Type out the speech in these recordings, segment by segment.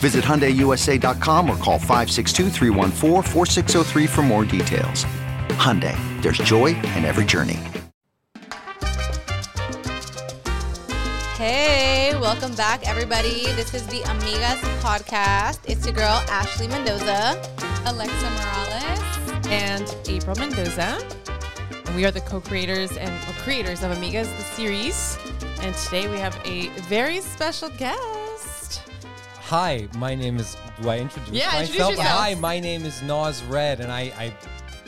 Visit HyundaiUSA.com or call 562-314-4603 for more details. Hyundai, there's joy in every journey. Hey, welcome back, everybody. This is the Amigas podcast. It's your girl, Ashley Mendoza, Alexa Morales. and April Mendoza. And we are the co-creators and well, creators of Amigas the series. And today we have a very special guest. Hi, my name is. Do I introduce Yeah, myself? introduce yourself. Hi, my name is Nas Red, and I, I.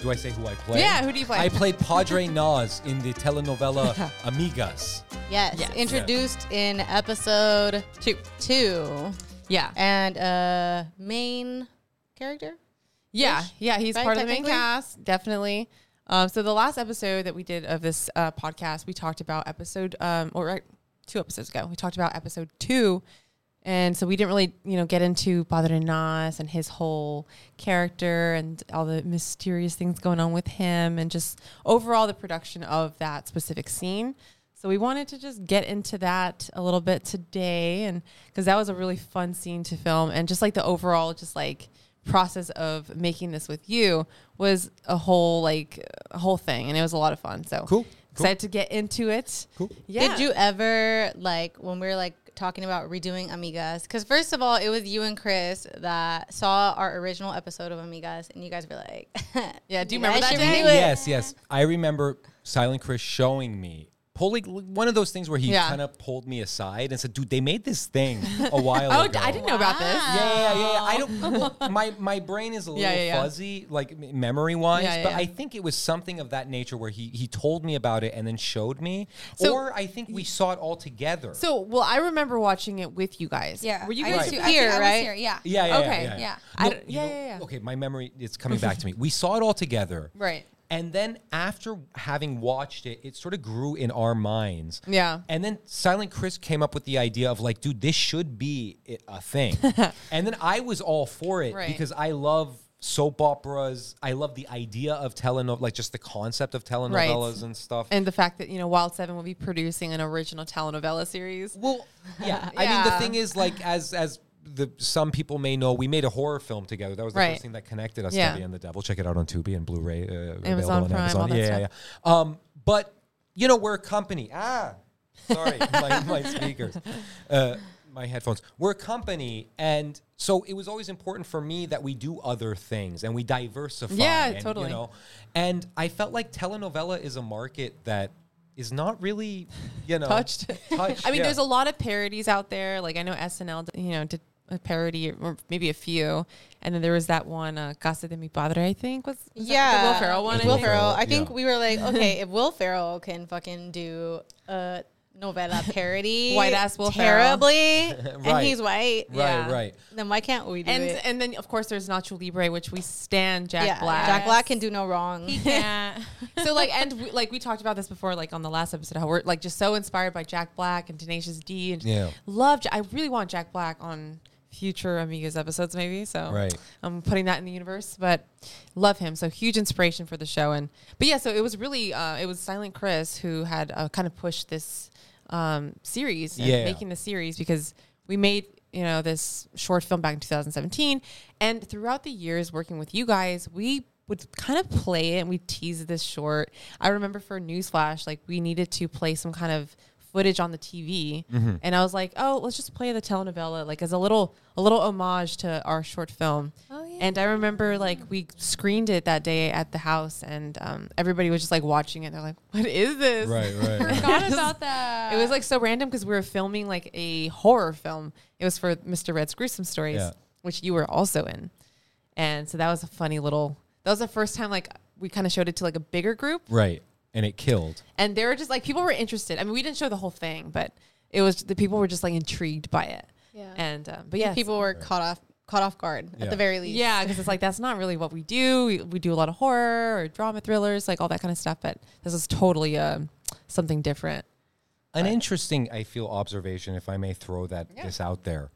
Do I say who I play? Yeah, who do you play? I played Padre Nas in the telenovela Amigas. Yes, Yes. introduced in episode Two. two. Yeah. And uh main character? Yeah, yeah, he's right, part of the main technically? cast, definitely. Um, so the last episode that we did of this uh, podcast, we talked about episode, um, or right, two episodes ago, we talked about episode two, and so we didn't really, you know, get into Padre Nas and his whole character and all the mysterious things going on with him, and just overall the production of that specific scene. So we wanted to just get into that a little bit today, and because that was a really fun scene to film, and just like the overall, just like process of making this with you was a whole like a whole thing, and it was a lot of fun. So Cool, cool. excited to get into it. Cool. Yeah. Did you ever like when we were like talking about redoing Amigas? Because first of all, it was you and Chris that saw our original episode of Amigas, and you guys were like, Yeah, do you guys remember that should day? redo it. Yes, yes. I remember Silent Chris showing me. Pulling one of those things where he Yeah. kind of pulled me aside and said, "Dude, they made this thing a while Oh, ago." I didn't know about this. Yeah, yeah, yeah, yeah. I don't. my my brain is a little Oh. Yeah, yeah, yeah. fuzzy, like memory wise. Yeah, yeah, but yeah. I think it was something of that nature where he he told me about it and then showed me, So- or I think we saw it all together. So, well, I remember watching it with you guys. Yeah. Were you I guys was too? too- I think here, I was right? here, Yeah. yeah, yeah, okay, yeah, yeah. I No, don't- you yeah, know- yeah, yeah. Okay, my memory it's coming back to me. We saw it all together, Right. And then after having watched it, it sort of grew in our minds. Yeah. And then Silent Chris came up with the idea of like, dude, this should be i- a thing. and then I was all for it Right. because I love soap operas. I love the idea of telenovelas, like just the concept of telenovelas and stuff. And the fact that, you know, Wild Seven will be producing an original telenovela series. Well, yeah. I mean, the Yeah. thing is, like, as as the some people may know, we made a horror film together. That was the Right. first thing that connected us Yeah. to Lily and the Devil. Check it out on Tubi and Blu-ray. Uh, available Amazon on Prime, all Amazon. that yeah, yeah, yeah. Um, but you know, we're a company. Ah, sorry, my, my speakers, uh, my headphones. We're a company, and so it was always important for me that we do other things and we diversify. Yeah, and, you totally. know, and I felt like telenovela is a market that is not really, you know, touched. touched, I mean, yeah. there's a lot of parodies out there. Like I know SNL, d- you know, did a parody or maybe a few, and then there was that one uh, Casa de Mi Padre, I think was, was that the yeah, Will Ferrell one. I Will think? Ferrell. Ferrell, I think yeah. we were like, okay, if Will Ferrell can fucking do a novella parody, White ass Will Ferrell. terribly, and Right. he's white, Right, yeah, right. Then why can't we do And it? and then of course there's Nacho Libre, which we stand Jack yeah, Black. Jack Black can do no wrong. Yeah. so like, and we, like we talked about this before, like on the last episode, how we're like just so inspired by Jack Black and Tenacious D, and Yeah. love. Ja- I really want Jack Black on future Amigos episodes, maybe. So Right. I'm putting that in the universe, but love him. So huge inspiration for the show, and but yeah, so it was really uh, it was Silent Chris who had uh, kind of pushed this um, series, and Yeah. making the series because we made you know this short film back in 2017 and throughout the years working with you guys we would kind of play it and we tease this short i remember for newsflash like we needed to play some kind of footage on the tv and i was like oh let's just play the telenovela like as a little a little homage to our short film oh, yeah. and i remember like we screened it that day at the house and um, everybody was just like watching it and they're like what is this Right, right, right. Forgot about that. it was like so random because we were filming like a horror film. It was for Mr. Red's Gruesome Stories, Yeah. which you were also in. And so that was a funny little that was the first time like we kind of showed it to like a bigger group. Right. And it killed. And they were just like people were interested. I mean, we didn't show the whole thing, but it was the people were just like intrigued by it. Yeah. And um, but yeah, people were caught off caught off guard Yeah. at the very least. yeah, because it's like that's not really what we do. We, we do a lot of horror or drama thrillers, like all that kind of stuff. But this is totally um, something different. An interesting, I feel, observation, if I may throw that this out there,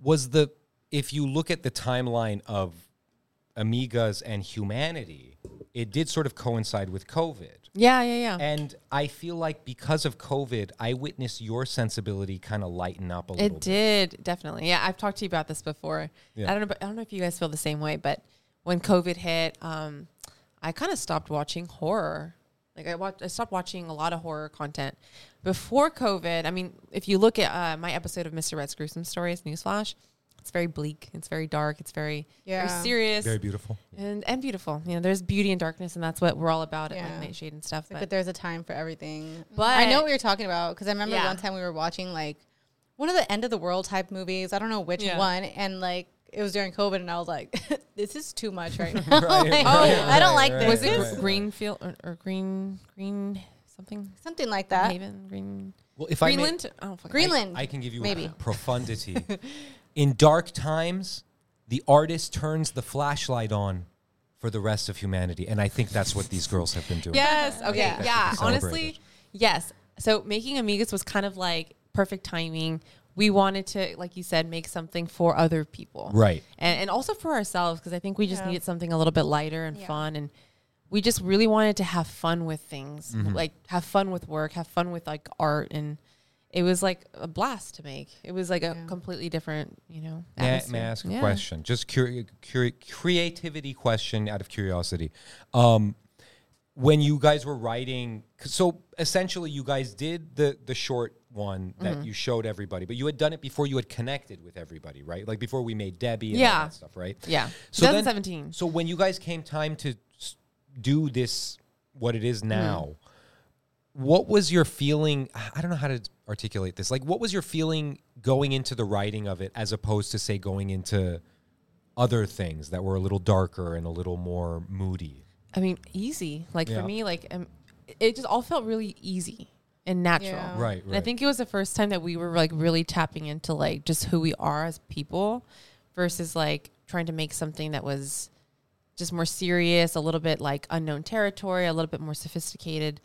was the if you look at the timeline of Amigas and humanity, it did sort of coincide with COVID. Yeah, yeah, yeah. And I feel like because of COVID, I witnessed your sensibility kind of lighten up a little It bit. did definitely. Yeah, I've talked to you about this before. Yeah. I don't know. I don't know if you guys feel the same way, but when COVID hit, um, I kind of stopped watching horror. Like I watched, I stopped watching a lot of horror content before COVID. I mean, if you look at uh, my episode of Mr. Red's Gruesome Stories, newsflash, it's very bleak. It's very dark. It's very Yeah. very serious Very beautiful. and and beautiful. You know, there's beauty and darkness, and that's what we're all about at Yeah. like Nightshade and stuff. Like, But, but there's a time for everything. But- I know what you're talking about because I remember Yeah. one time we were watching like one of the end of the world type movies. I don't know which Yeah. one, and like it was during COVID, and I was like, "This is too much right now. Right, Like, right, I don't right, like right, this." was Oh, it Right, right. Greenfield or, or Green Green something? Something like that. Haven Green. Well, if I may- Greenland? I don't fucking- Greenland. I can give you maybe. profundity. In dark times, the artist turns the flashlight on for the rest of humanity, and I think that's what these girls have been doing. Yes. Okay. Yeah. Yeah. That's what we Honestly, celebrated. yes. So making Amigas was kind of like perfect timing. We wanted to, like you said, make something for other people. Right. And, and also for ourselves, because I think we just needed something a little bit lighter and fun. And we just really wanted to have fun with things, Mm-hmm. like have fun with work, have fun with like art. And it was like a blast to make. It was like a completely different, you know. May I, may atmosphere. I ask a Yeah. question? Just curi- curi- creativity question out of curiosity. Um, when you guys were writing, 'cause- so essentially you guys did the the short one that Mm-hmm. you showed everybody, but you had done it before you had connected with everybody, right? Like before we made Debbie and all Yeah. that stuff, right? Yeah. then- 2017. so when you guys came time to s- do this, what it Hmm. is now, what was your feeling? I I don't know how to articulate this. Like, what was your feeling going into the writing of it, as opposed to say going into other things that were a little darker and a little more moody? I mean, easy. Like Yeah. for me, like um, it just all felt really easy and natural. Yeah. Right, And I right. think it was the first time that we were like really tapping into like just who we are as people, versus like trying to make something that was just more serious, a little bit like unknown territory, a little bit more sophisticated.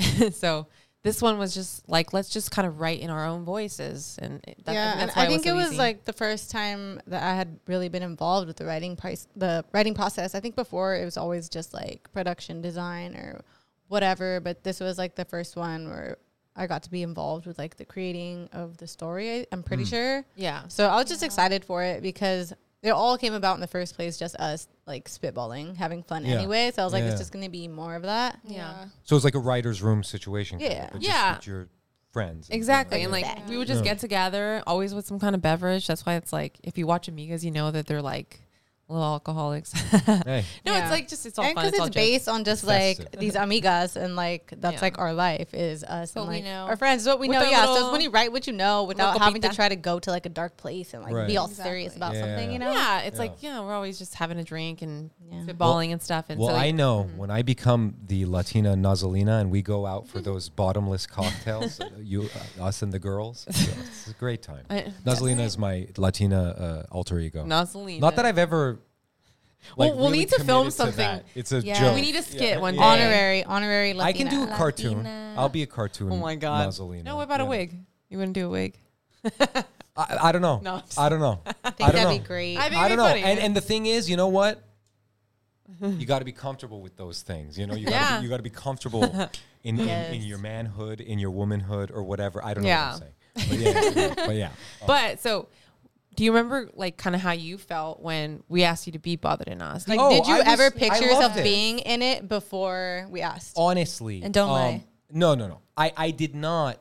so This one was just like let's just kind of write in our own voices, and it- that, yeah, and that's why I think it so was easy. like the first time that I had really been involved with the writing price, the writing process. I think before it was always just like production design or whatever, but this was like the first one where I got to be involved with like the creating of the story. I- I'm Mm. pretty sure. yeah, So I was just excited for it because it all came about in the first place, just us like spitballing, having fun Yeah. anyway. So I was like, Yeah. it's just gonna be more of that. yeah, So it's like a writer's room situation. kind of, Yeah. but just Yeah. With your friends. and exactly. things And like like we would just get together, always with some kind of beverage. That's why it's like if you watch Amigas, you know that they're like little alcoholics. that. Hey. No, Yeah. it's like just it's all And fun. because It's, it's, all jokes. based on just festive. like these amigas, and like that's Yeah. like our life is us What and we like know. our friends, what we With know. our Yeah, so little it's when you write what you know without local having to pita. try to go to like a dark place and like Right. be all Exactly. serious about something, you Yeah. know? Yeah, it's like yeah, we're always just having a drink and spitballing and stuff. And Well, so like, mm-hmm. I know when I become the Latina Nazalina and we go out for those bottomless cocktails, uh, you, uh, us and the girls, yeah, it's a great time. I- Nazalina is my Latina uh, alter ego. Nazalina. Not that I've ever. Well, like, we'll really need to film committed something. that. It's a Yeah. joke. we need a skit one day. Honorary, honorary Latina. I can do a cartoon. I'll be a cartoon. Oh my god. Nazalina. No, what about a Yeah. wig? You wouldn't do a wig. I, I don't know. No, I'm just- I don't know. I I think don't that'd be know. great. I think I it'd don't know. be funny. And and the thing is, you know what? You got to be comfortable with those things. You know, you got Yeah. to you got to be comfortable in, in in your manhood, in your womanhood, or whatever. I don't Yeah. know what I'm saying. But yeah, yeah, but yeah. but so, do you remember like kind of how you felt when we asked you to be bothered in us? like, Oh, did you I was- ever I picture yourself loved it. Oh, being in it before we asked? honestly, um, And don't lie. No, no, no. I I did not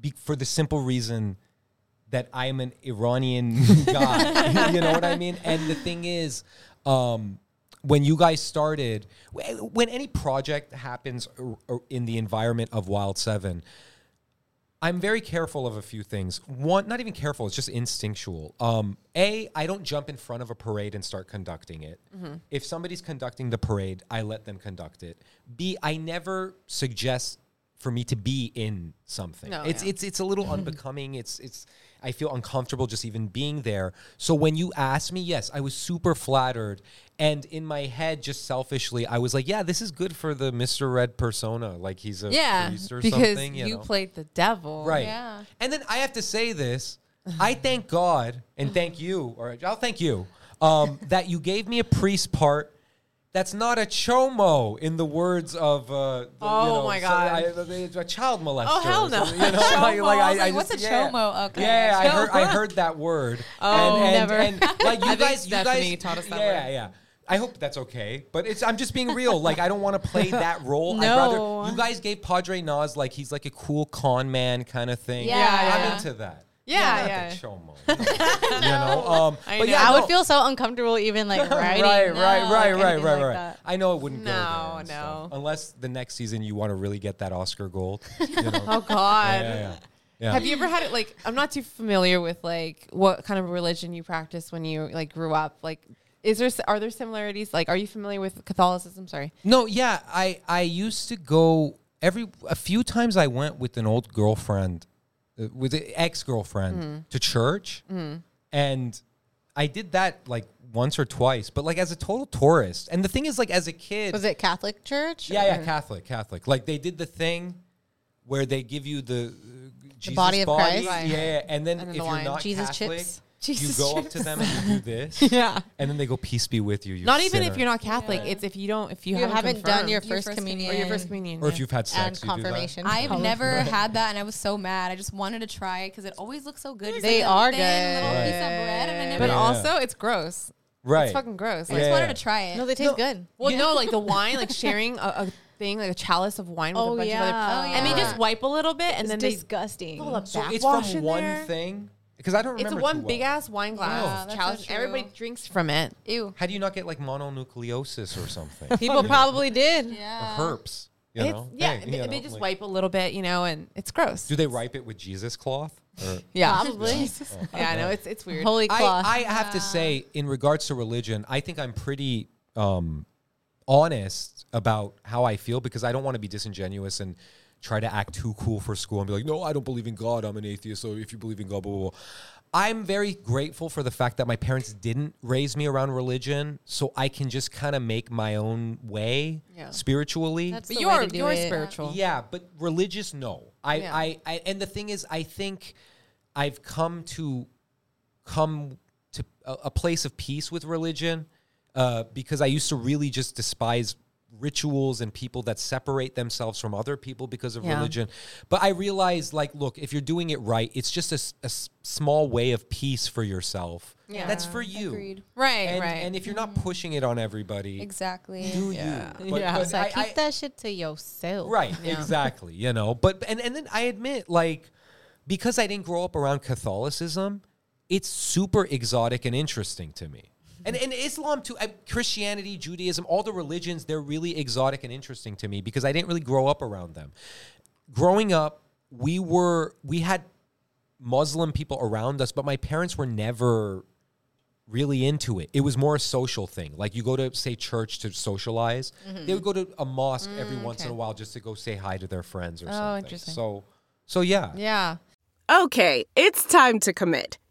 be, for the simple reason that I am an Iranian guy. you know what I mean? And the thing is, um, when you guys started, wh- when any project happens or- or in the environment of Wild Seven, I'm very careful of a few things. One, not even careful; it's just instinctual. Um, a, I don't jump in front of a parade and start conducting it. Mm-hmm. If somebody's conducting the parade, I let them conduct it. B, I never suggest for me to be in something. No, it's yeah. it's it's a little unbecoming. It's it's I feel uncomfortable just even being there. So when you asked me, yes, I was super flattered, and in my head, just selfishly, I was like, yeah, this is good for the Mister Red persona. Like he's a yeah, priest or because something. you, You, know? played the devil, Right. Yeah. And then I have to say this. I thank God and thank you, or I'll thank you, um, that you gave me a priest part that's not a chomo in the words of uh, the, Oh you know, my so- God. I- a child molester. Oh, hell no. or something, You know? like, like, I, was I like, what's just- a yeah. chomo? Okay. Yeah, I heard, I Chomo. heard that word. Oh, and, never. and, and, like you think guys, you Stephanie guys taught us that yeah, word. yeah. I hope that's okay, but it's I'm just being real. Like I don't want to play that role. I'd No. rather you guys gave Padre Nas like he's like a cool con man kind of thing. Yeah, I'm yeah. into that. Yeah, Not yeah. the chomo. you know, um, I but know. yeah, I no. would feel so uncomfortable even like Right, writing. right, no, right, like, right, right, anything right, like right. that. I know it wouldn't go No, there. and no. stuff. Unless the next season you want to really get that Oscar gold. You know? Oh God. Yeah, yeah. yeah. Have you ever had it like I'm not too familiar with like what kind of religion you practiced when you like grew up like is there s- are there similarities like are you familiar with Catholicism sorry No, yeah, I I used to go every a few times. I went with an old girlfriend, uh, with an ex girlfriend Mm-hmm. to church, and I did that like once or twice. But like as a total tourist, and the thing is, like as a kid, Was it Catholic church? yeah, Mm-hmm. yeah, Catholic, Catholic. Like they did the thing where they give you the, uh, Jesus body of Christ. Yeah, Right. yeah, and then And then if the you're wine. not Jesus Catholic, chips. Jesus you go up chips. to them and you do this. Yeah. and then they go, "Peace be with you." you not even if sinner." you're not Catholic it's if you don't if you, You haven't done your confirmed. first communion. or your first communion or if yeah. you've had and sex, you do that. confirmation. I've never had that, and I was so mad. I just wanted to try it because it always looks so good. It's They like a are thin Little good. piece of bread, and I never. but Yeah. also it's gross Right. it's fucking gross I just like, Yeah. wanted to try it. No, they taste good. well no like the wine like sharing a, a thing like a chalice of wine with Oh, a bunch yeah. of other Oh, and they yeah. just wipe a little bit and then they Oh, disgusting. pull a So it's backwash from in one there. thing because I don't It's remember. a too one well. big ass Oh, wine glass that's so chalice. and everybody true. drinks from it. Ew. How do you not get like mononucleosis or something? People probably did. Yeah. or herpes. You It's- know? yeah, Hey, they, you they know, just like- wipe a little bit, you know, and it's gross. Do they ripe it with Jesus cloth? Or- yeah, Probably. yeah, I know it's it's weird. Holy cloth. I, I have to say, in regards to religion, I think I'm pretty um, honest about how I feel because I don't want to be disingenuous and try to act too cool for school and be like, no, I don't believe in God. I'm an atheist. So if you believe in God, blah, blah, blah. I'm very grateful for the fact that my parents didn't raise me around religion. So I can just kind of make my own way Yeah. spiritually. That's But the you way are to do you're it. spiritual. Yeah, but religious, no. I, Yeah. I, I, and the thing is, I think I've come to come to a, a place of peace with religion uh, because I used to really just despise rituals and people that separate themselves from other people because of Yeah. religion. But I realized, like, look, if you're doing it right, it's just a s- a, s- small way of peace for yourself. Yeah, that's for you. Agreed. Right, And, right. and if you're not pushing it on everybody, Exactly. do you? But- Yeah. but It's like, I- keep I- that shit to yourself. Right, exactly. You know, but and and then I admit, like, because I didn't grow up around Catholicism, it's super exotic and interesting to me. And and Islam too, I, Christianity, Judaism, all the religions, they're really exotic and interesting to me because I didn't really grow up around them. Growing up, we were we had Muslim people around us, but my parents were never really into it. It was more a social thing. Like you go to say church to socialize. Mm-hmm. They would go to a mosque every once in a while just to go say hi to their friends or something. Mm, Oh, interesting. So so yeah. Yeah. Okay, it's time to commit.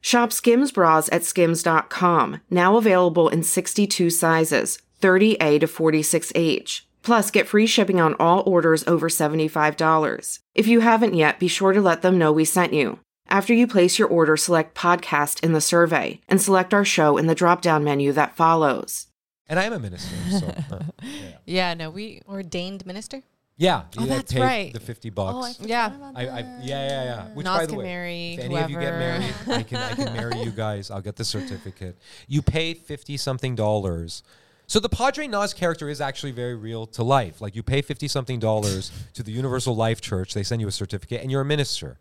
Shop Skims bras at skims.com, now available in 62 sizes, 30A to 46H. Plus, get free shipping on all orders over $75. If you haven't yet, be sure to let them know we sent you. After you place your order, select podcast in the survey and select our show in the drop down menu that follows. And I am a minister, so uh, Yeah, no, we Ordained minister. yeah. Oh, I that's paid right. Oh, The fifty bucks. yeah. I, I, yeah, yeah, yeah. Which, Nas by the can way, marry if any of you get whoever. married, I can, I can marry you guys. I'll get the certificate. You pay fifty something dollars. So the Padre Nas character is actually very real to life. Like you pay fifty something dollars to the Universal Life Church, they send you a certificate, and you're a minister,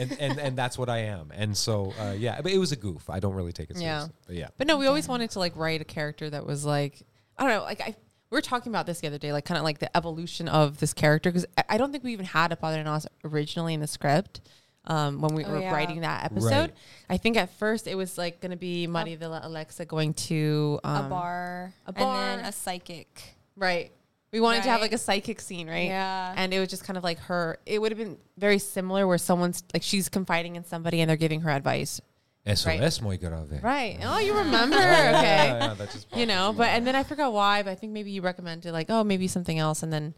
and and, and that's what I am. And so uh, yeah, but it was a goof. I don't really take it Yeah. seriously. But yeah, But no, we always wanted to like write a character that was like I don't know, like I we were talking about this the other day, like kind of like the evolution of this character because I, I don't think we even had a Padre Nos originally in the script um, when we were yeah. writing that episode. Right. I think at first it was like going to be Maria Villa Alexa going to um, a bar, a bar. and then a psychic. Right. We wanted to have Right. like a psychic scene, right? Yeah. And it was just kind of like her. It would have been very similar where someone's like she's confiding in somebody and they're giving her advice. SOS muy grave. Right. Oh, you remember? Yeah, okay. yeah, yeah, that just you know but and then i forgot why but i think maybe you recommended like oh maybe something else and then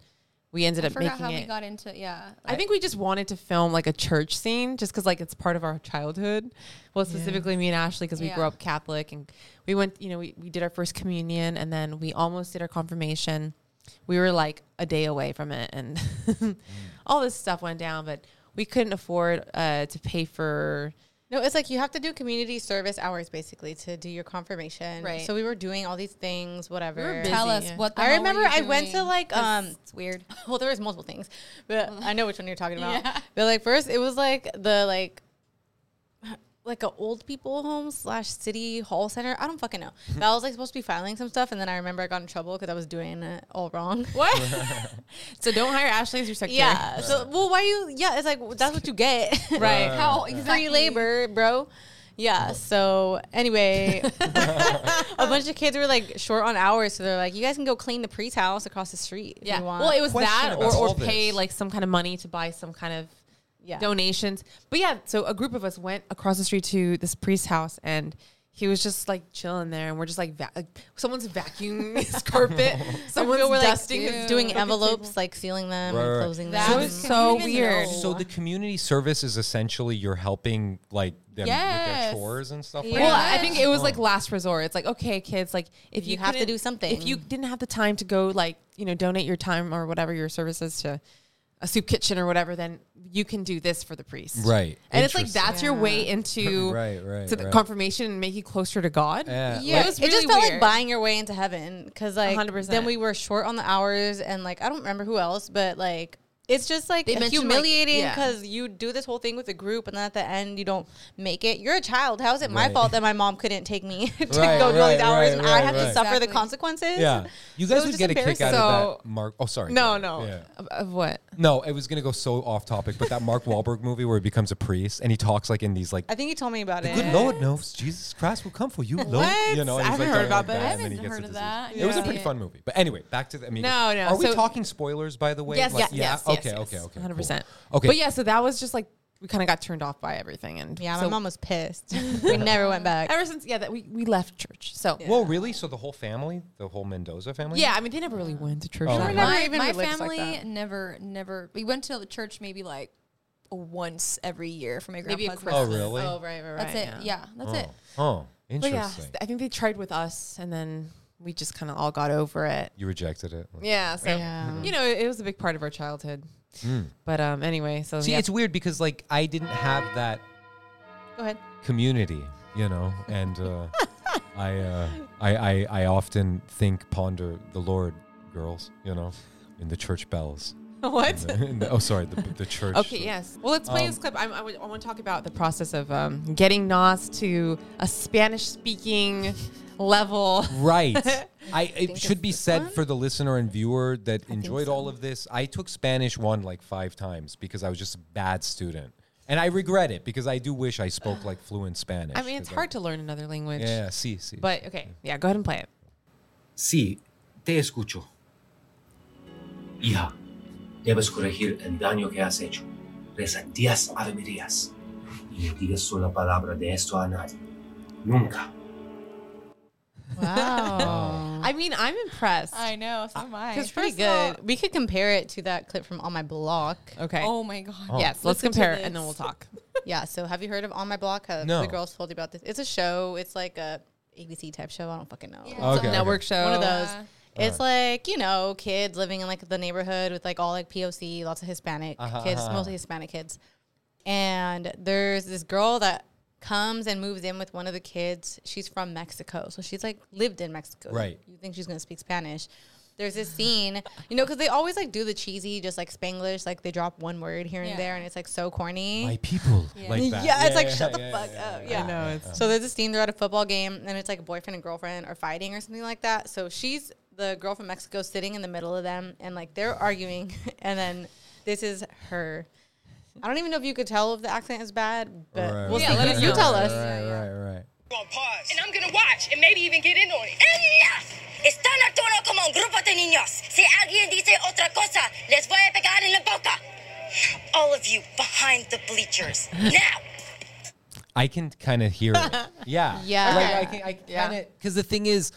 we ended I up forgot making how it we got into yeah. i think we just wanted to film like a church scene just because like it's part of our childhood well specifically me and ashley because we grew Yeah. up catholic and we went you know we, we did our first communion and then we almost did our confirmation we were like a day away from it and all this stuff went down but we couldn't afford uh, to pay for No, it's like you have to do community service hours basically to do your confirmation. Right. So we were doing all these things, whatever. Tell us what the I hell remember were you I went to doing? like 'Cause um it's weird. well there was multiple things, but I know which one you're talking about. But like first it was like the like like a old people home slash city hall center. I don't fucking know. But I was like supposed to be filing some stuff, and then I remember I got in trouble because I was doing it all wrong. What? so don't hire Ashley as your secretary. Yeah. So well, why you? Yeah, it's like well, that's what you get. Right. How free labor, bro. Yeah. So anyway, a bunch of kids were like short on hours, so they're like, "You guys can go clean the priest house across the street if Yeah. you want." Well, it was Question that or, about or all this. pay like some kind of money to buy some kind of Yeah. donations. But yeah, so a group of us went across the street to this priest's house and he was just like chilling there and we're just like, va- like someone's vacuuming his carpet. Someone's People were like dusting his doing envelopes, like sealing them Right, and right. closing That them. was so weird. So the community service is essentially you're helping like them with their Yes. chores and stuff. Well, Like I think it was like last resort. It's like, okay, kids, like if you, You have to couldn't- do something. if you didn't have the time to go, like you know, donate your time or whatever your services to a soup kitchen or whatever, then you can do this for the priest, Right. And it's like Interesting. that's your way into Right, right, to the right. confirmation and make you closer to God. Yeah. Yeah, It it, was just really felt like weird. buying your way into heaven because like 100%. then we were short on the hours and like I don't remember who else, but like it's just like They mentioned, like- humiliating yeah. because you do this whole thing with a group and then at the end you don't make it. You're a child. How is it my fault that my mom couldn't take me to Right, go do all right, these hours right, and I right, have to right. suffer the Exactly. consequences? yeah, you So it guys was would just get a kick out embarrassing. of that. Mark, oh sorry, No, go no, ahead. Yeah. of, of what? No, it was gonna go so off topic, but that Mark Wahlberg movie where he becomes a priest and he talks like in these like I think you told me about it. Good Lord knows Jesus Christ will come for you, Lord. You know, and I he's, haven't like, heard going about like that. and I then haven't he gets heard the of disease. that. It was a Yeah. pretty fun movie, but anyway, back to the Amigo. No, no, Are we so- talking spoilers? By the way, Yes, Like, yes, yes, yeah. yes, Okay, yes, okay, okay, 100. percent cool. Okay, But yeah, so that was just like we kind of got turned off by everything, and Yeah, my so mom was pissed. we never went back. ever since yeah that we we left church. So yeah, Well, really? So the whole family, the whole Mendoza family? I mean they never really went to church. Oh, that okay. much. never my, even my religious like family that. never never we went to the church maybe like once every year for my Maybe at grandpa's Oh, birthday. really? Oh, right, right, right. that's it yeah, that's it Oh, But yeah, interesting. I think they tried with us, and then we just kind of all got over it. You rejected it. Yeah, so Mm-hmm. Yeah. you know, it was a big part of our childhood. Mm. But um, anyway, so See, yeah. it's weird because like I didn't have that Go ahead. community, you know, and uh, I, uh, I, I, I often think, ponder the Lord, girls, you know, in the church bells. what? In the- oh, sorry, the, the church. Okay, yes. Well, let's Um, play this clip. I, I, want to talk about the process of um, getting Nas to a Spanish-speaking level. Right. I it should be said for the listener and viewer that enjoyed all of this. I took Spanish one like five times because I was just a bad student, and I regret it because I do wish I spoke like fluent Spanish. I mean, it's 'cause hard to learn another language. Yeah, see, see. But okay, yeah, go ahead and play it. Sí, te escucho. Hija, debes corregir el daño que has hecho. Reza diez Ave Marías y no digas sola palabra de esto a nadie. Nunca. Oh, Wow. I mean, I'm impressed. i know so am i It's pretty good. we could compare it to that clip from On My Block. okay. oh my god Yes, let's Listen to compare it this. and then we'll talk. Yeah. So have you heard of On My Block? Have No. The girls told you about this. It's a show. It's like a ABC type show. I don't fucking know. Okay, okay. Network show. One of those. It's like you know, kids living in like the neighborhood with like all like POC, lots of Hispanic Uh-huh, kids, mostly Hispanic kids. And there's this girl that comes and moves in with one of the kids. She's from Mexico, so she's like lived in Mexico. Right. You think she's gonna speak Spanish? There's this scene, you know, because they always like do the cheesy, just like Spanglish, like they drop one word here and Yeah. there, and it's like so corny. my people like that. Yeah, it's like shut the fuck up. Yeah. know, it's- So there's this scene they're at a football game and it's like a boyfriend and girlfriend are fighting or something like that. So she's the girl from Mexico sitting in the middle of them and like they're arguing and then this is her. I don't even know if you could tell if the accent is bad, but Right, we'll right, see. right, You- right, you right, tell right, us. Right, right, right. And I'm gonna watch and maybe even get in on it. ¡Enough! Están actuando como un grupo de niños. Si alguien dice otra cosa, les voy a pegar en la boca. All of you behind the bleachers. Now! I can kind of hear it. Yeah. Yeah. Like, I can, I kind of, because the thing is,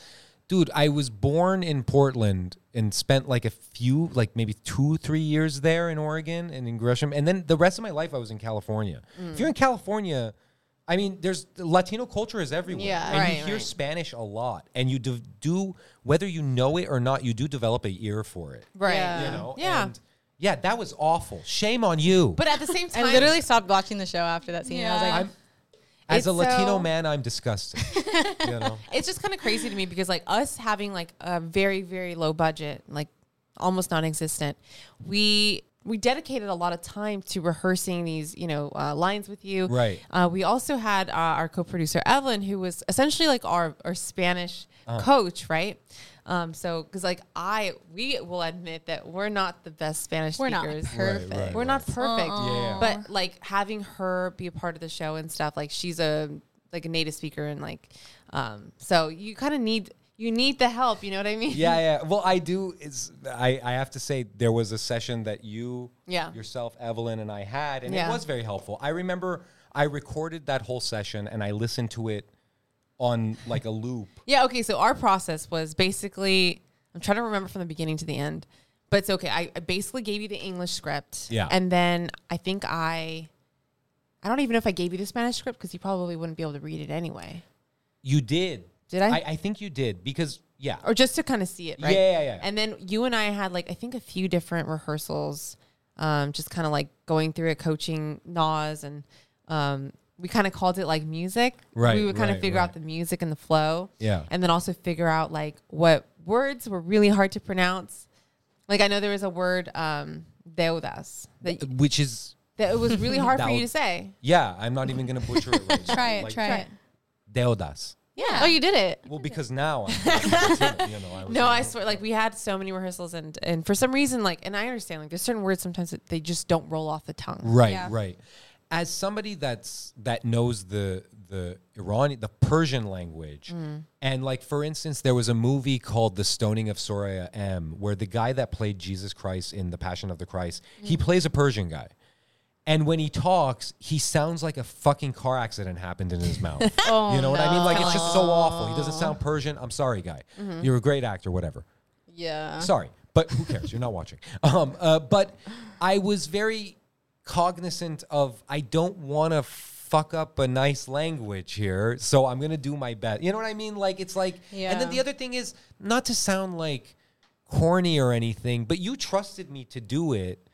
dude, I was born in Portland and spent like a few, like maybe two, three years there in Oregon and in Gresham. And then the rest of my life, I was in California. Mm. If you're in California, I mean, there's Latino culture is everywhere. Yeah. And Right, you hear right. Spanish a lot. And you de- do, whether you know it or not, you do develop a ear for it. Right. Yeah. You know? Yeah. And yeah, that was awful. Shame on you. But at the same time, I literally stopped watching the show after that scene. I was like, I'm As It's a Latino so- man, I'm disgusted. you know? It's just kind of crazy to me because like us having like a very very low budget, like almost non-existent, we we dedicated a lot of time to rehearsing these you know uh, lines with you. Right. Uh, we also had uh, our co-producer Evelyn, who was essentially like our our Spanish Uh-huh. Uh. coach, right? Um, so because like I we will admit that we're not the best Spanish We're not speakers. perfect. Right, right, we're not right. perfect. Yeah. But like having her be a part of the show and stuff, like she's a like a native speaker and like um so you kind of need you need the help, you know what I mean? yeah, yeah. Well, I do. Is I, I have to say there was a session that you, Yeah. yourself, Evelyn, and I had, and Yeah. it was very helpful. I remember I recorded that whole session and I listened to it on like a loop. Yeah, okay. So our process was basically I'm trying to remember from the beginning to the end. But it's okay. I, I basically gave you the English script. Yeah. And then I think I I don't even know if I gave you the Spanish script because you probably wouldn't be able to read it anyway. You did. Did I? I, I think you did because yeah. Or just to kind of see it, Yeah, right? yeah, yeah. And then you and I had like I think a few different rehearsals, um, just kind of like going through it, coaching Nas, and um, we kind of called it like music. Right, We would kind right, of figure right. out the music and the flow. Yeah. And then also figure out like what words were really hard to pronounce. Like I know there was a word um, deudas that Which is that it was really hard for Dau- you to say. Yeah, I'm not even gonna butcher it. Right now. Like, Deudas. Yeah. Oh, you did it. Well, because now I'm, you know, I was No, I swear, like we had so many rehearsals, and and for some reason, like, and I understand, like, there's certain words sometimes that they just don't roll off the tongue. Right, right. As somebody that's that knows the the Iranian the Persian language, Mm. and like for instance, there was a movie called The Stoning of Soraya M, where the guy that played Jesus Christ in The Passion of the Christ, Mm. he plays a Persian guy. And when he talks, he sounds like a fucking car accident happened in his mouth. Oh, you know what I mean? Like it's just so no. awful. He doesn't sound Persian. I'm sorry, guy. Mhm. You're a great actor, whatever. Yeah. Sorry, but who cares? You're not watching. Um, uh, but I was very cognizant of I don't want to fuck up a nice language here, so I'm gonna do my best. You know what I mean? Like it's like, and then the Yeah. other thing is not to sound like corny or anything, but you trusted me to do it.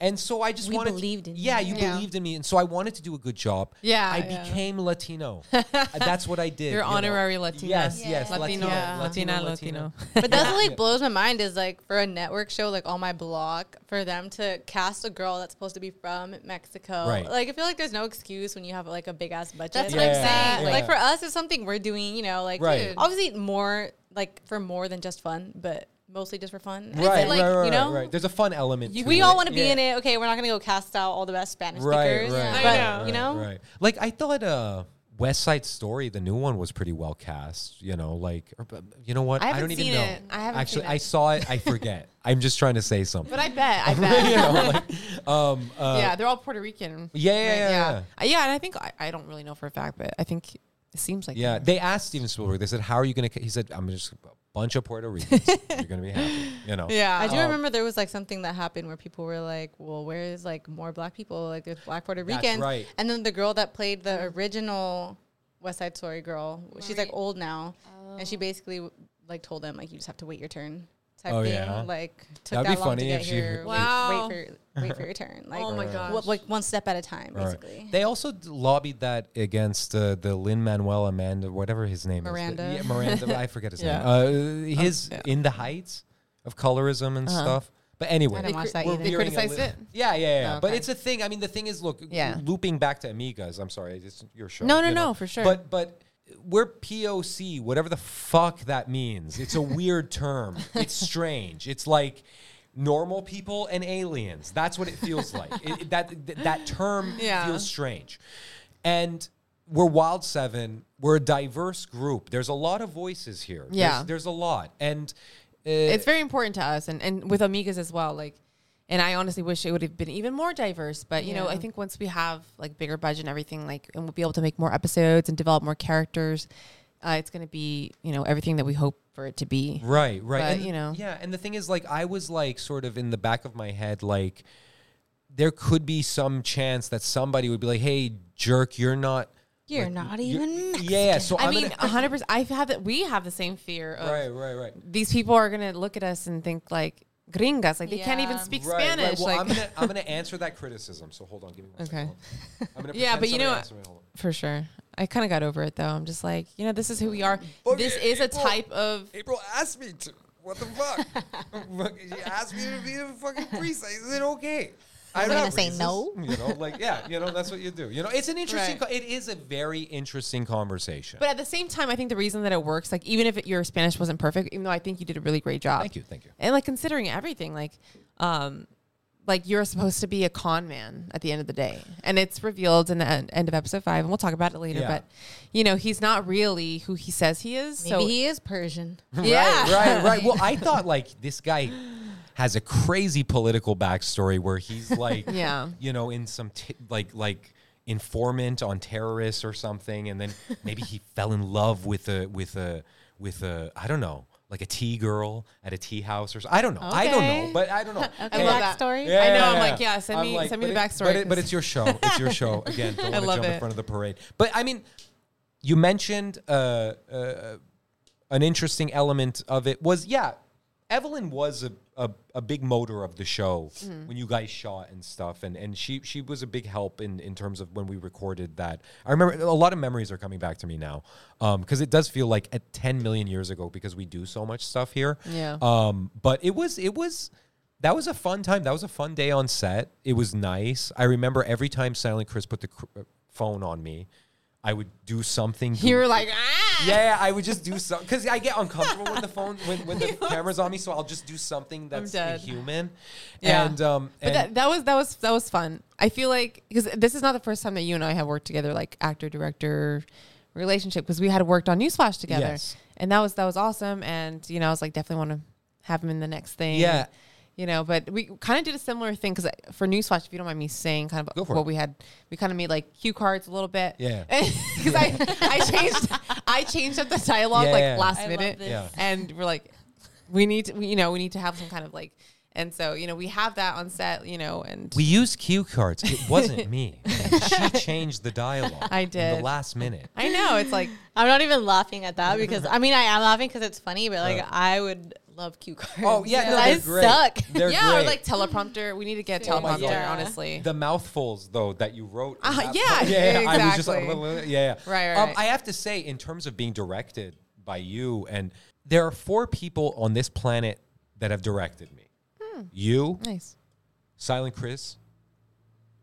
And so I just We wanted believed in Yeah, you. you Yeah. believed in me. And so I wanted to do a good job. Yeah, I yeah. became Latino. Uh, That's what I did. Your you know. honorary Latina. Yes, yes. Latino, Latino. yeah. Latino. Oh, Latina, Latino. But that's what like blows my mind is like for a network show like on my block for them to cast a girl that's supposed to be from Mexico. Right. Like I feel like there's no excuse when you have like a big ass budget. That's what I'm like Yeah, saying. Like yeah. for us, it's something we're doing. You know, like Right. Dude. obviously more like for more than just fun, but mostly just for fun. And it's Right, like, right, right, you know. right. There's a fun element. to we all it. want to be Yeah. in it. Okay, we're not gonna go cast out all the best Spanish Right, speakers, right. but right, you know, right. Like I thought, uh, West Side Story, the new one, was pretty well cast. You know, like or, but you know what? I I, haven't don't even seen know. it. I haven't actually. seen I it. saw it. I forget. I'm just trying to say something. But I bet, I you bet. know, like, um, uh, yeah, they're all Puerto Rican. Yeah, yeah, right? yeah, yeah. yeah. Uh, yeah, and I think I, I don't really know for a fact, but I think it seems like Yeah, that. they asked Steven Spielberg. They said, "How are you going to?" He said, "I'm just a bunch of Puerto Ricans. You're going to be happy." You know. I do Um, remember there was like something that happened where people were like, "Well, where is like more black people? Like there's black Puerto That's Ricans." right. Mm-hmm. And then the girl that played the original West Side Story girl, she's like old now, and Oh. she basically w- like told them like you just have to wait your turn. Type Oh, thing. yeah. Like took That'd that long be to funny get if she- here. wait- Wow. Wait, for wait for your turn. Like Oh my w- gosh. like one step at a time, all right. basically. They also d- lobbied that against uh, the Lin Manuel Amanda, whatever his name Miranda. is. Yeah, Miranda. I forget his Yeah. name. Uh, his Oh, in the heights of colorism and Uh-huh. stuff. But anyway, I didn't watch that we're either. They veering a criticized little- it? Yeah, yeah, yeah. Oh, But okay. it's a thing. I mean, the thing is, look, Yeah. looping back to Amigas. I'm sorry, it's your show. No, no, you no, for sure. But but we're POC, whatever the fuck that means. It's a weird term. It's strange. It's like normal people and aliens. That's what it feels like. It, it- that th- that term Yeah. feels strange. And we're Wild Seven. We're a diverse group. There's a lot of voices here. There's- Yeah. there's, a lot, and uh, it's very important to us and, and with amigas as well like and i honestly wish it would have been even more diverse but you know Yeah. i think once we have like bigger budget and everything like and we'll be able to make more episodes and develop more characters uh, it's going to be you know everything that we hope for it to be Right, right. But, and, you know Yeah, and the thing is like I was like sort of in the back of my head like there could be some chance that somebody would be like, "Hey, jerk, you're not You're not even. Yeah, yeah, so i I'm mean gonna- uh, 100% i have that we have the same fear of Right, right, right. these people are going to look at us and think like gringas like they can't even speak Right, right. spanish Well, like I'm gonna I'm gonna answer that criticism. So hold on, give me one Okay. second. Hold on. I'm gonna yeah but pretend you know somebody what? answered me. Hold on. for sure I kind of got over it though. I'm just like, you know, this is who we are. this is a type of. April asked me to. What the fuck? she asked me to be a fucking priest. Is it okay? I'm not gonna say racist, no. You know, like yeah, you know, that's what you do. You know, it's an interesting. Right. co- it is a very interesting conversation. But at the same time, I think the reason that it works, like even if it, your Spanish wasn't perfect, even though I think you did a really great job. Thank you, thank you. And like considering everything, like, um, like you're supposed to be a con man at the end of the day, and it's revealed in the end, end of episode five, and we'll talk about it later. Yeah. But you know, he's not really who he says he is. Maybe so he is Persian. Yeah. Right, right, right. Well, I thought like this guy has a crazy political backstory where he's like, Yeah. you know, in some t- like like informant on terrorists or something, and then maybe he fell in love with a with a with a I don't know. Like a tea girl at a tea house or something. I don't know. I don't know, Okay. but I don't know. I And- love that. Backstory? I know, I'm like, yeah, send me- send but me the it- backstory, But, it- but 'cause- it's your show. It's your show. Again, I don't want to love jump it. in front of the parade. But I mean, you mentioned uh, uh, an interesting element of it was yeah evelyn was a, a, a big motor of the show Mhm. when you guys shot and stuff and, and she, she was a big help in, in terms of when we recorded that i remember a lot of memories are coming back to me now because it does feel like at 10 million years ago because we do so much stuff here Yeah. um, but it was it was that was a fun time. That was a fun day on set. It was nice. I remember every time Silent Chris put the cr- uh, phone on me, I would do something. You were goofy. like, ah! yeah, I would just do something because I get uncomfortable when the phone when, when the camera's on me, so I'll just do something that's dead. inhuman. Yeah. And um, But and that, that was that was that was fun. I feel like because this is not the first time that you and I have worked together, like actor director relationship, because we had worked on Newsflash together, Yes. and that was that was awesome. And you know, I was like, definitely want to have him in the next thing. Yeah. You know, but we kind of did a similar thing because for Newsflash, if you don't mind me saying, kind of for what it. we had, we kind of made like cue cards a little bit. Yeah. because I, I changed I changed up the dialogue Yeah, like yeah. last I love minute, this. Yeah. and we're like, we need to, we, you know, we need to have some kind of like, and so you know, we have that on set, you know, and we used cue cards. It wasn't me. she changed the dialogue. I in the did. last minute. I know it's like I'm not even laughing at that because I mean I am laughing because it's funny, but like Uh. I would love cue cards. Oh, yeah, no, I they're great. suck. They're yeah, or great. like teleprompter. We need to get Oh my teleprompter, God. honestly. The mouthfuls though that you wrote. in Uh, that yeah, part. I was just like, exactly. "Blah, blah, blah," yeah, yeah. Right, right, Um, right. I have to say, in terms of being directed by you, and there are four people on this planet that have directed me. Hmm. You, nice, Silent Chris,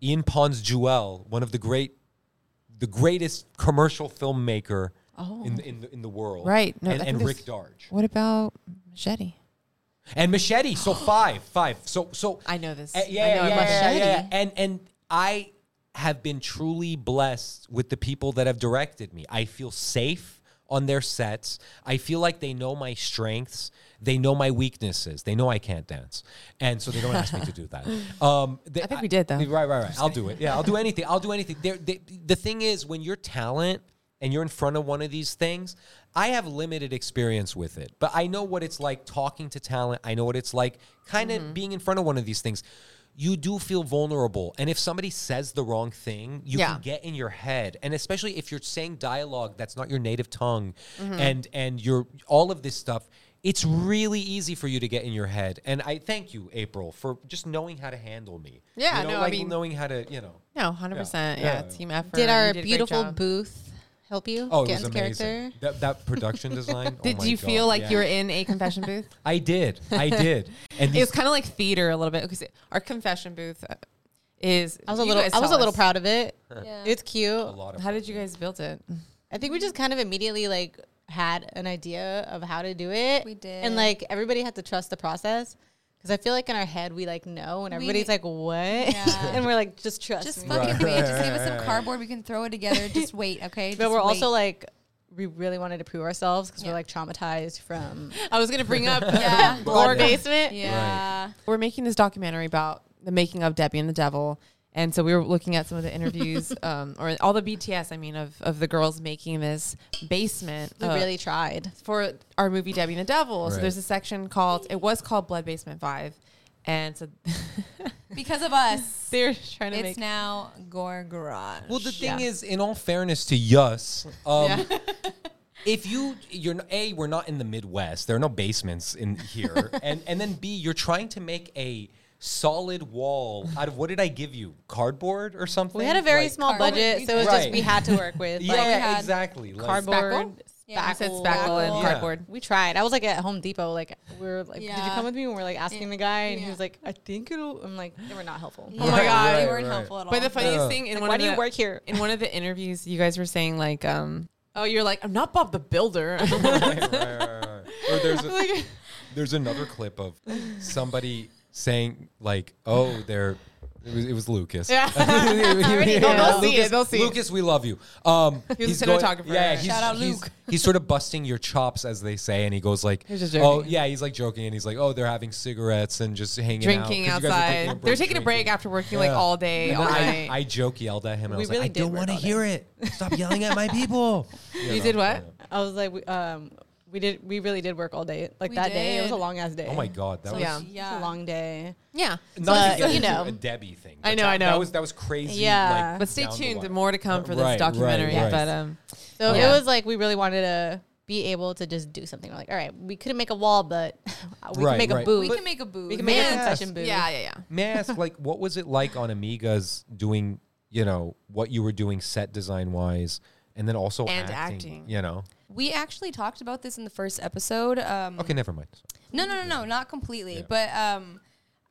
Ian Pons Jewell, one of the great, the greatest commercial filmmaker Oh. in, the- in the in the world, right? No, I and, think and there's- Rick Darge What about Machete? and machete. So five, five. So so I know this. Uh, I yeah, yeah, know yeah, Machete. yeah. And and I have been truly blessed with the people that have directed me. I feel safe on their sets. I feel like they know my strengths. They know my weaknesses. They know I can't dance, and so they don't ask me to do that. Um, they- I think we did, though. Right, right, right. I'll do it. Yeah, I'll do anything. I'll do anything. They're- They, the thing is, when you're talent and you're in front of one of these things, I have limited experience with it, but I know what it's like talking to talent. I know what it's like kind of being in front of one of these things. You do feel vulnerable. And if somebody says the wrong thing, you Yeah. can get in your head. And especially if you're saying dialogue that's not your native tongue Mhm. and and you're all of this stuff, it's really easy for you to get in your head. And I thank you, April, for just knowing how to handle me. Yeah, you know, no, I like mean- knowing how to, you know. No, hundred percent. Yeah, Yeah. team effort. Did our You a great beautiful job. booth help you Oh, get it was into amazing. character? That, that production design. oh Did my you God, feel like yeah. you were in a confession booth? I did. I did. And it was these, kind of like theater a little bit because our confession booth uh, is. I was a you little guys I was a tell little us. proud of it. Yeah. It's cute. How did you guys build it? I think we just kind of immediately like had an idea of how to do it. We did. And like everybody had to trust the process. Because I feel like in our head we like know and everybody's like, What? and we're like, just trust Just me." fucking wait. Just give us some cardboard. We can throw it together. Just wait, okay? But Just we're also wait. like we really wanted to prove ourselves because we're like traumatized from I was gonna bring up yeah Glory Lord basement Yeah. We're making this documentary about the making of Debbie and the Devil. And so we were looking at some of the interviews, um, or all the BTS, I mean, of, of the girls making this basement. We uh, really tried. for our movie Debbie and the Devil. So Right. there's a section called it was called Blood Basement Five, and so because of us, they're trying to it's make- now Gore Garage. well, the thing is, in all fairness to Yus, um, if you you're not, a we're not in the Midwest. There are no basements in here, and and then b you're trying to make a solid wall out of what did I give you? Cardboard or something? We had a very Like- small budget, so it was just Right. we had to work with. Yeah, like, we had exactly. Like- Cardboard. Yeah, we said spackle, spackle and spackle. cardboard. We tried. I was like at Home Depot, like we were like, "Did you Yeah. come with me?" And we are like asking the guy, and Yeah. he was like, "I think it'll." I'm like, "They were not helpful." Oh my god, they weren't right. helpful at But all. the funniest Yeah. thing in Like, one why of do you the- work here? In one of the interviews, you guys were saying like, um, oh, you're like, I'm not Bob the Builder. right, Or there's a, there's another clip of somebody saying like, "Oh, they're." It was, it was Lucas. Yeah. Already- oh, they'll see it, Lucas, they'll see it. Lucas, we love you. Um, He was a going- cinematographer. yeah, he's, Shout out he's- Luke. He's sort of busting your chops, as they say, and he goes like, He's just "Oh, joking. yeah." He's like joking, and he's like, "Oh, they're having cigarettes and just hanging Drinking out, 'cause you guys outside. were They're taking a break after working like Yeah. all day, And all then I- night. I, joke yelled at him, and I We was like, really "I did don't want to work all hear it. Stop yelling at my people." You did what? I was like, we, um, we did. We really did work all day. Like We that day, it was a did. long ass day. Oh my God, that So, was- yeah. yeah, a long day. Yeah, Not to But, get you into know. a Debbie thing. I but know, that- I know. That was that was crazy. Yeah. like, But stay down the tuned. line. More to come for this Right, right, documentary. right. But um, So yeah. it was like we really wanted to be able to just do something. We're like, all right, we couldn't make a wall, but we Right, can make right. a booth. We can make a booth. We can make Yes. a concession booth. Yeah, yeah, yeah. May I ask, like, what was it like on Amigas doing, you know, what you were doing set design wise, and then also And acting, acting. Mm-hmm. You know. We actually talked about this in the first episode. Um, Okay, never mind. No, no, no, no, not completely. But um,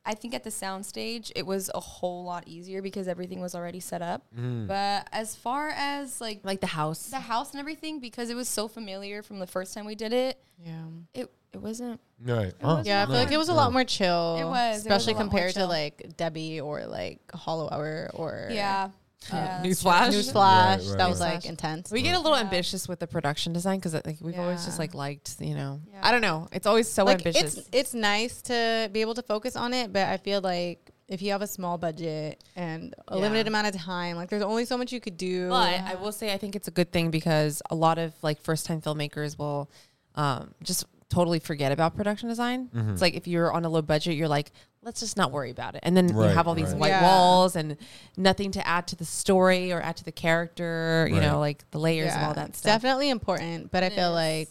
I think at the soundstage, it was a whole lot easier because everything was already set up. Mm. But as far as like Like the house. the house and everything, because it was so familiar from the first time we did it. Yeah, it it wasn't. Right. yeah, I feel like it was a lot more chill. It was, it was especially a lot more compared to chill. like Debbie or like Hollow Hour or Yeah. Yeah, that's true. Newsflash. Newsflash. That was like intense. We get a little ambitious with the production design because like we've always just Yeah. like liked, you know. I don't know. It's always so like ambitious. it's it's nice to be able to focus on it, but I feel like if you have a small budget and a Yeah. limited amount of time, like there's only so much you could do. But I will say I think it's a good thing because a lot of like first time filmmakers will um, just totally forget about production design. Mhm. It's like if you're on a low budget, you're like, let's just not worry about it. And then Right, you have all these right. white Yeah. walls and nothing to add to the story or add to the character, you know, Right. like the layers Yeah, of all that it's stuff. Definitely important, but I feel like.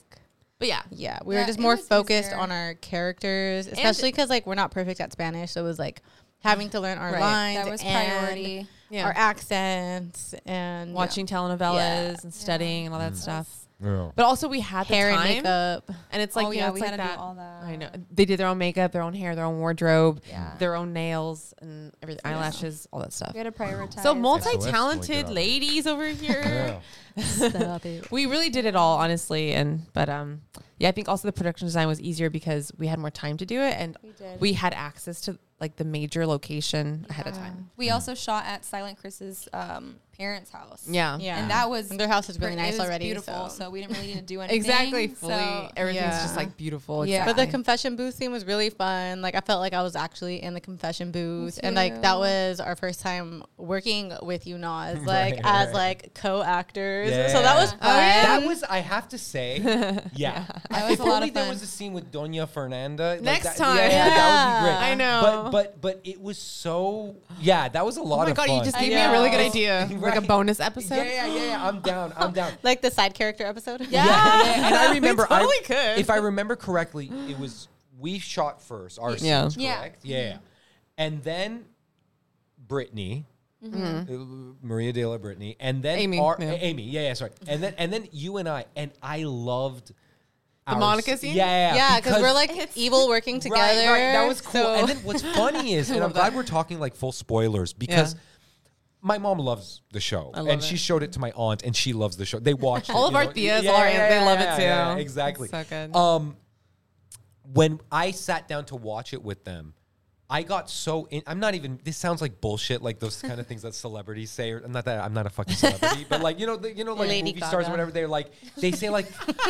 But yeah, yeah, we were Yeah, just it more was focused easier. on our characters, And- especially because like we're not perfect at Spanish, so it was like having to learn our Right. lines. That was and priority. Yeah. Our accents and Watching telenovelas Yeah. and studying and all Mm-hmm. that stuff. Yeah. But also we had Hair the and time. makeup. And it's like, Oh, you yeah, know, we it's like had to do that. all I know. They did their own makeup, their own hair, their own wardrobe, their own nails and everything, Yeah. eyelashes, all that stuff. We had to prioritize. So and- multi-talented ladies over here. Stop it. we really did it all, honestly. And but um, yeah, I think also the production design was easier because we had more time to do it, and We we, did. had access to like the major location ahead of time. We also shot at Silent Chris's um, parents' house. Yeah. Yeah. and that was And their house is really it nice was already, Beautiful, so. so- we didn't really need to do anything. Exactly, fully. so- Everything's just like beautiful. Yeah, Exactly. but the confession booth scene was really fun. Like I felt like I was actually in the confession booth, and like that too. was our first time um, working with you, Nas, like Right, as right. like co-actors. So that Oh, was fun. That was, I have to say, yeah. was if a lot only of there fun. was a scene with Doña Fernanda. like Next that- time. Yeah, yeah, that would be Yeah. great. I know. But, but, but it was so, yeah, that was a lot oh my of god, fun. you just gave me a really good idea, like a bonus episode. Yeah, yeah, yeah. I'm down. I'm down. like the side character episode. Yeah. yeah, And I remember, I, totally could. if I remember correctly, it was we shot first. Our Yeah. scenes, Yeah. correct? Yeah. yeah. And then Brittany, Mhm. Mm-hmm. uh, Maria De La Brittany, and then Amy, our- yeah. Amy. Yeah, yeah, sorry. And then and then you and I, and I loved. The our Monica s- scene? Yeah, yeah, Yeah, because we're like evil working together. Right, right. That was cool. so- And then what's funny is, and I'm glad we're talking like full spoilers because my mom loves the show, I love and it. she showed it to my aunt, and she loves the show. They watch All it, of you our know? tias, all our aunts, they love it too. exactly. It's so good. Um, when I sat down to watch it with them. I got so in, I'm not even. This sounds like bullshit, like those kind of things that celebrities say. Or not that I'm not a fucking celebrity, but like you know, the, you know, like Lady movie stars Gaga. or whatever. They're like they say like,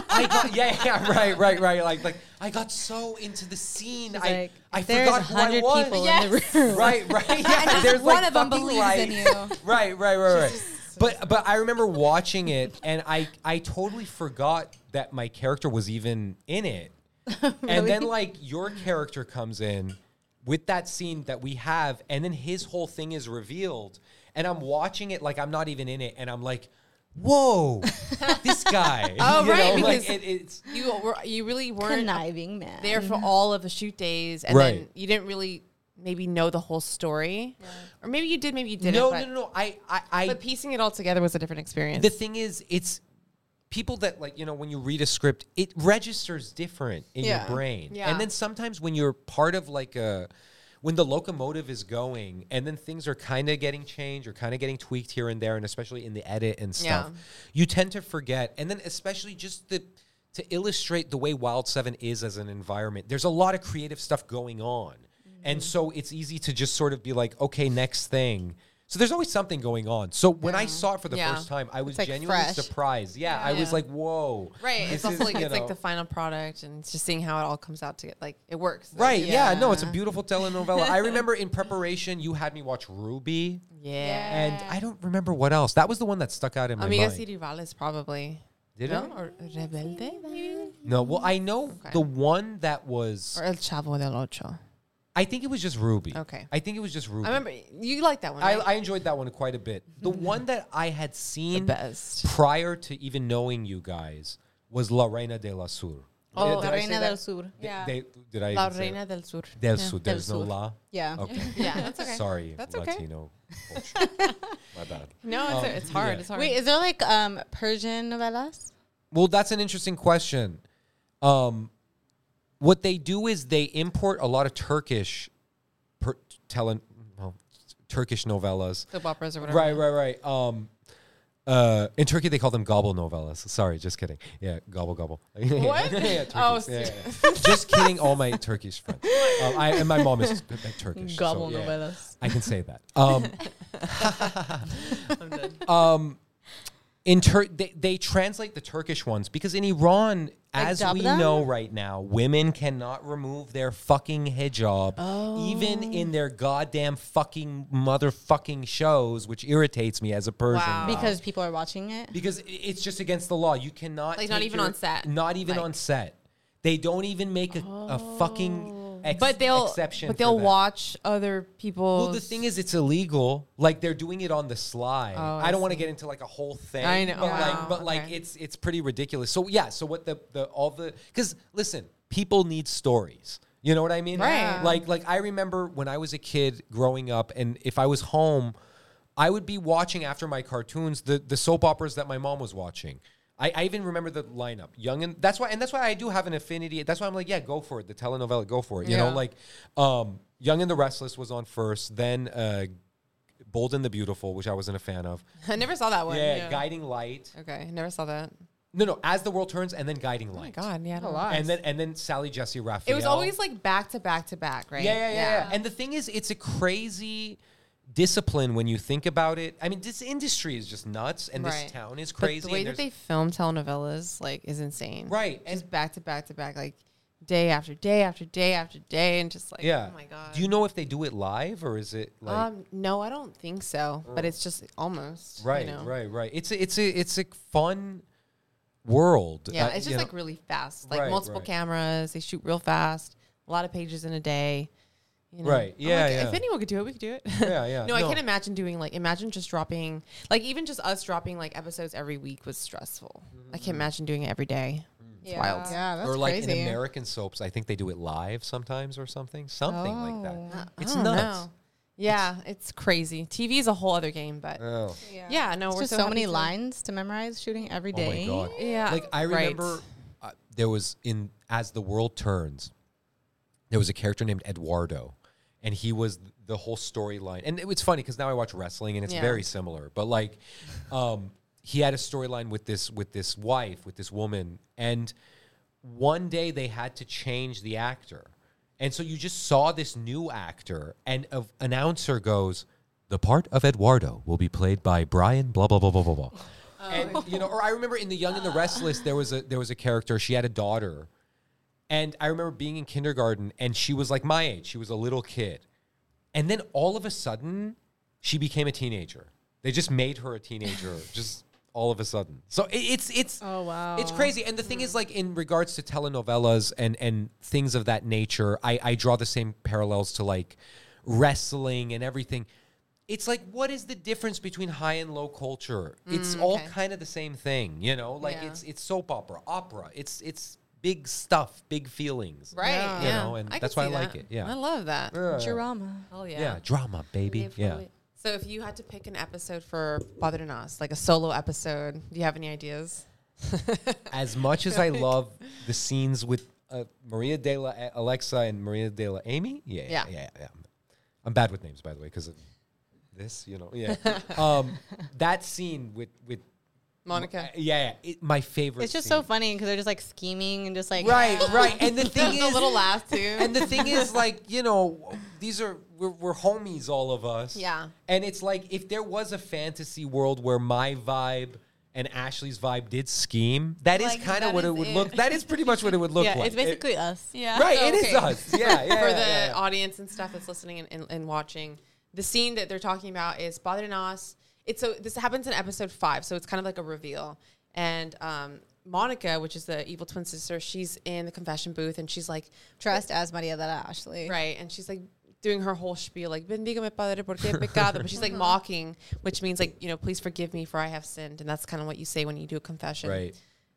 I got yeah, yeah, right, right, right. Like like I got so into the scene, I like, I "There's forgot who I 100 was. people in the Yes. room. Right, right. Yeah, And just there's one like of 'em fucking believes in you. lights. Right, right, right, right. But but I remember watching it, and I I totally forgot that my character was even in it. And then like your character comes in with that scene that we have, and then his whole thing is revealed, and I'm watching it like I'm not even in it, and I'm like, whoa, this guy. Oh You right, know, like, because it- it's you were you really weren't Conniving man. Mm-hmm. there for all of the shoot days, and Right. then you didn't really maybe know the whole story, or maybe you did, maybe you didn't. No, no, but- no, no. I, I, I. But piecing it all together was a different experience. The thing is, it's people that like you know when you read a script, it registers different in Yeah. your brain, Yeah. and then sometimes when you're part of like a when the locomotive is going and then things are kind of getting changed or kind of getting tweaked here and there and especially in the edit and stuff Yeah. you tend to forget and then especially just the to illustrate the way wild 7 is as an environment there's a lot of creative stuff going on Mm-hmm. and so it's easy to just sort of be like okay next thing so there's always something going on so when i saw it for the Yeah. first time i was It's, like, genuinely fresh. surprised yeah, i Yeah. was like whoa Right. this It's also is, like you it's like know- the final product and it's just seeing how it all comes out to get like it works. Right, yeah. no, it's a beautiful telenovela. I remember in preparation, you had me watch Ruby. Yeah. And I don't remember what else. That was the one that stuck out in my Amigas mind. y Rivales probably. Did no? it? Or Rebelde maybe? No, well, I know Okay. the one that was. Or El Chavo del Ocho. I think it was just Ruby. Okay. I think it was just Ruby. I remember you like Mm-hmm. that one. I, right? I enjoyed that one quite a bit. The one that I had seen prior to even knowing you guys was La Reina de la Sur. Oh, Did- did La I say Reina that? del Sur. They- Yeah. they- did I La even say Reina it? del Sur. Del Yeah. Sur. Del There's no Sur. La. Yeah. Okay. Yeah, that's okay. Sorry, That's okay. Latino. culture. My bad. No, Um, it's, it's hard. yeah. It's hard. Wait, is there like um Persian novellas? Well, that's an interesting question. Um, what they do is they import a lot of Turkish per, tele, well, Turkish novellas. Soap operas or whatever. Right, right, right. Um, uh, in Turkey, they call them gobble novellas. Sorry, just kidding. Yeah, gobble, gobble. What? yeah, yeah, Turkish. Oh, Yeah, see- yeah, yeah. just kidding, all my Turkish friends. Um, I, and my mom is good at Turkish. so, Gobble yeah, novellas. I can say that. Um, um, in Tur- they, they translate the Turkish ones because in Iran, as we dabda? know right now, women cannot remove their fucking hijab, even in their goddamn fucking motherfucking shows, which irritates me as a Persian. guy. Because people are watching it. because i- it's just against the law. You cannot Like, not take even on set. Not even Like- on set. They don't even make a, a fucking ex- Oh. but they'll exception. but for they'll that. watch other people. Well, the thing is, it's illegal. Like they're doing it on the sly. Oh, I, I don't want to see. get into like a whole thing. I know. but Wow, like, but like okay. it's it's pretty ridiculous. So yeah. So what the the all the because listen, people need stories. You know what I mean? Right. Yeah. Like like I remember when I was a kid growing up, and if I was home, I would be watching after my cartoons the the soap operas that my mom was watching. I, I even remember the lineup, young and that's why, and that's why I do have an affinity. That's why I'm like, yeah, go for it. The telenovela, go for it. You Yeah. know, like, um, Young and the Restless was on first, then uh, Bold and the Beautiful, which I wasn't a fan of. I never saw that one. yeah, Guiding Light. Okay, I never saw that. Oh No, no, As the World Turns, and then Guiding Light. God, yeah, I don't know. And then and then Sally Jesse Raphael. It was always like back to back to back, right? Yeah, yeah, yeah, yeah. And the thing is, it's a crazy discipline when you think about it. I mean, this industry is just nuts, and Right. this town is But crazy. the way and that they there's- film telenovelas like is insane. Right, Just back to back to back, like day after day after day after day, and just like yeah. oh my god. Do you know if they do it live or is it like? um, no, I don't think so. But it's just almost you right, know? right, right. It's a, it's a, it's a fun world. Yeah, uh, it's you just know? like really fast, like Right, multiple right. cameras. They shoot real fast, a lot of pages in a day. You know? Right, I'm yeah, like, yeah. If anyone could do it, we could do it. Yeah, yeah, no, I no. can't imagine doing like imagine just dropping like even just us dropping like episodes every week was stressful. I can't imagine doing it every day. It's wild. Yeah, that's Mm. or like crazy. in American soaps, I think they do it live sometimes or something, something like that. I- Oh, I it's don't nuts. know. Yeah, it's, crazy. TV is a whole other game, but Oh. yeah, no, It's we're just so, so, happy many to- lines to memorize shooting every Oh day. my god! Yeah, like I right. remember, uh, there was in As the World Turns, there was a character named Eduardo, and he was the whole storyline. And it was funny because now I watch wrestling, and it's Yeah. very similar. But like, um, he had a storyline with this with this wife with this woman, and one day they had to change the actor, and so you just saw this new actor, and a announcer goes. The part of Eduardo will be played by Brian blah blah blah blah blah blah. And you know, or I remember in The Young and the Restless, there was a there was a character. She had a daughter, and I remember being in kindergarten, and she was like my age. She was a little kid, and then all of a sudden, she became a teenager. They just made her a teenager, just all of a sudden. So it, it's it's Oh wow. it's crazy. And the thing is, like in regards to telenovelas and and things of that nature, I I draw the same parallels to like wrestling and everything. It's like, what is the difference between high and low culture? It's all kind of the same thing, you know. Like Mm, Yeah. it's it's soap opera, opera. It's it's big stuff, big feelings. Right, You yeah. know, and I can that's why I see like that. it. Yeah. I love that. Yeah. Drama. Oh yeah. yeah. Drama, baby. Yeah. So if you had to pick an episode for Bothered and Us, like a solo episode, do you have any ideas? As much as I love the scenes with uh, Maria de la Alexa and Maria de la Amy. Yeah. Yeah. Yeah. Yeah. yeah, I'm bad with names, by the way, because of this, you know. Yeah. um, that scene with, with Monica. Yeah. yeah it, my favorite It's just scene. so funny because they're just like scheming and just like Right, right. And the thing a is- little laugh too. And the thing is, like, you know, these are we're, we're homies, all of us. Yeah. And it's like if there was a fantasy world where my vibe and Ashley's vibe did scheme, that is Like, kind that of what is it would it. look. That is pretty much what it would look yeah, like. it's basically us. Yeah. Right, it it is is us. Yeah, yeah, For the yeah, yeah. audience and stuff that's listening and, and, and watching, the scene that they're talking about is Father Nas. It's so this happens in episode five, so it's kind of like a reveal. And um, Monica, which is the evil twin sister, she's in the confession booth and she's like, Dressed as Maria de la Ashley. Right. And she's like doing her whole spiel, like, Bendigame padre porque he pecado. But she's like mocking, which means like, you know, please forgive me for I have sinned. And that's kind of what you say when you do a confession. Right.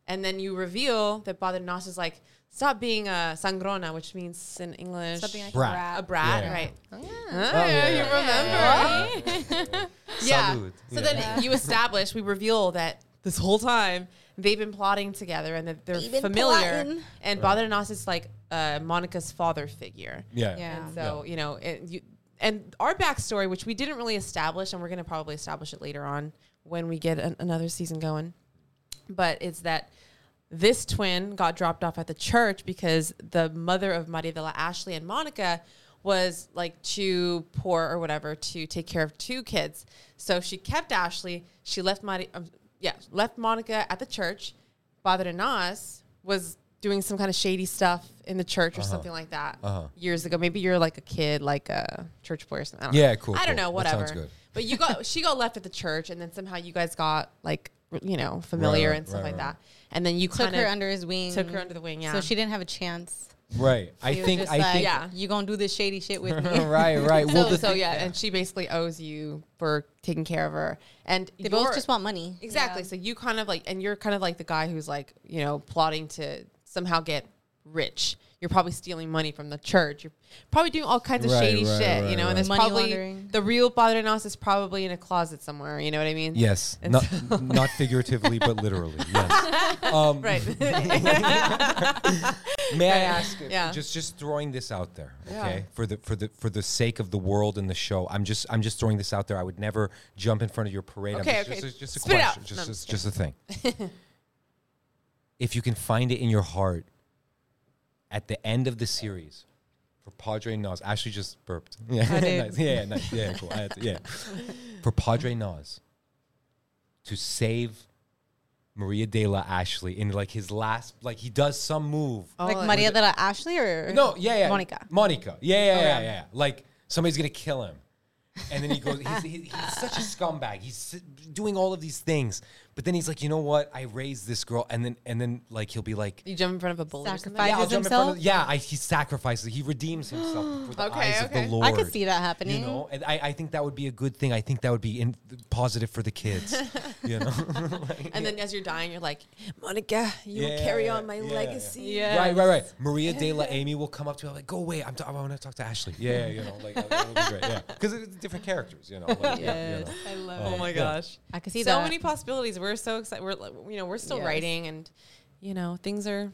And then you reveal that Padre Nas is like, stop being a sangrona, which means in English, Stop being like a Brat. brat. A brat, Yeah. right? Oh, Ah, yeah. you remember? Yeah. Salud. So Yeah. then you establish, we reveal that this whole time they've been plotting together and that they're They've been familiar. plotting. And Right. Padre Nas is like uh, Monica's father figure. Yeah. Yeah. And so, you know, it, you, and our backstory, which we didn't really establish, and we're going to probably establish it later on when we get an, another season going, but it's that this twin got dropped off at the church because the mother of Maria de la Ashley and Monica was like too poor or whatever to take care of two kids. So she kept Ashley. She left Maria, um, yeah, left Monica at the church. Father Nas was doing some kind of shady stuff in the church or something like that Uh-huh. years ago. Maybe you're like a kid, like a church boy or something. I don't Yeah, know. cool, I don't cool. know, That whatever. sounds good. But you got she got left at the church, and then somehow you guys got like you know familiar right, and stuff right, like right. that. And then you Took kind her of under his wing. took her under the wing. Yeah. So she didn't have a chance. Right. I She was think just I like, think Yeah. you gonna do this shady shit with me. Right, right. Well, so, the so thing- yeah, and she basically owes you for taking care of her. And They both you're- just want money. exactly. So you kind of like, and you're kind of like the guy who's like, you know, plotting to somehow get rich. You're probably stealing money from the church. You're probably doing all kinds of Right, shady right, shit, you right, know. right. And there's Money probably laundering. the real Padre Nos is probably in a closet somewhere. You know what I mean? Yes. And Not so- not figuratively, but literally. Yes. Um, right. May I ask? uh, Yeah. Just just throwing this out there, okay? Yeah. For the for the for the sake of the world and the show, I'm just I'm just throwing this out there. I would never jump in front of your parade. I'm Okay, just, okay. Just, just a Spit it out. question. No, Just I'm just, just just a thing. if you can find it in your heart, at the end of the series, for Padre Nas, Ashley just burped. Yeah. I did. nice. Yeah. Yeah. Nice. Yeah. Cool. I had to- yeah. For Padre Nas to save. Maria De La Ashley in like his last, like he does some move like Oh, Maria de la Ashley or no, yeah, yeah. Monica. Oh, Monica. Yeah, yeah, yeah, Okay. yeah. Like somebody's gonna kill him, and then he goes. He's, he, he's such a scumbag. He's s- doing all of these things, but then he's like, you know what? I raised this girl, and then and then like he'll be like, you jump in front of a bullet. or something? Sacrifice. yeah, I'll Fises jump in front himself? of. Yeah, I, he sacrifices. He redeems himself for the Okay, eyes okay. of the Lord. I could see that happening. You know, and I, I think that would be a good thing. I think that would be in, positive for the kids. you know, And then as you're dying, you're like, Monica, you will Yeah, carry on my yeah, yeah. legacy. Right, right, right. Maria De La Amy will come up to her like, "Go away, I'm t- I want to talk to Ashley." Yeah, you know, like that would be great. Yeah, because it's different characters, you know. Like, yeah, you know. I love Oh, it. Oh my yeah. gosh. I could see so that. many possibilities. We're so excited. We're like, you know, we're still Yes. writing and you know, things are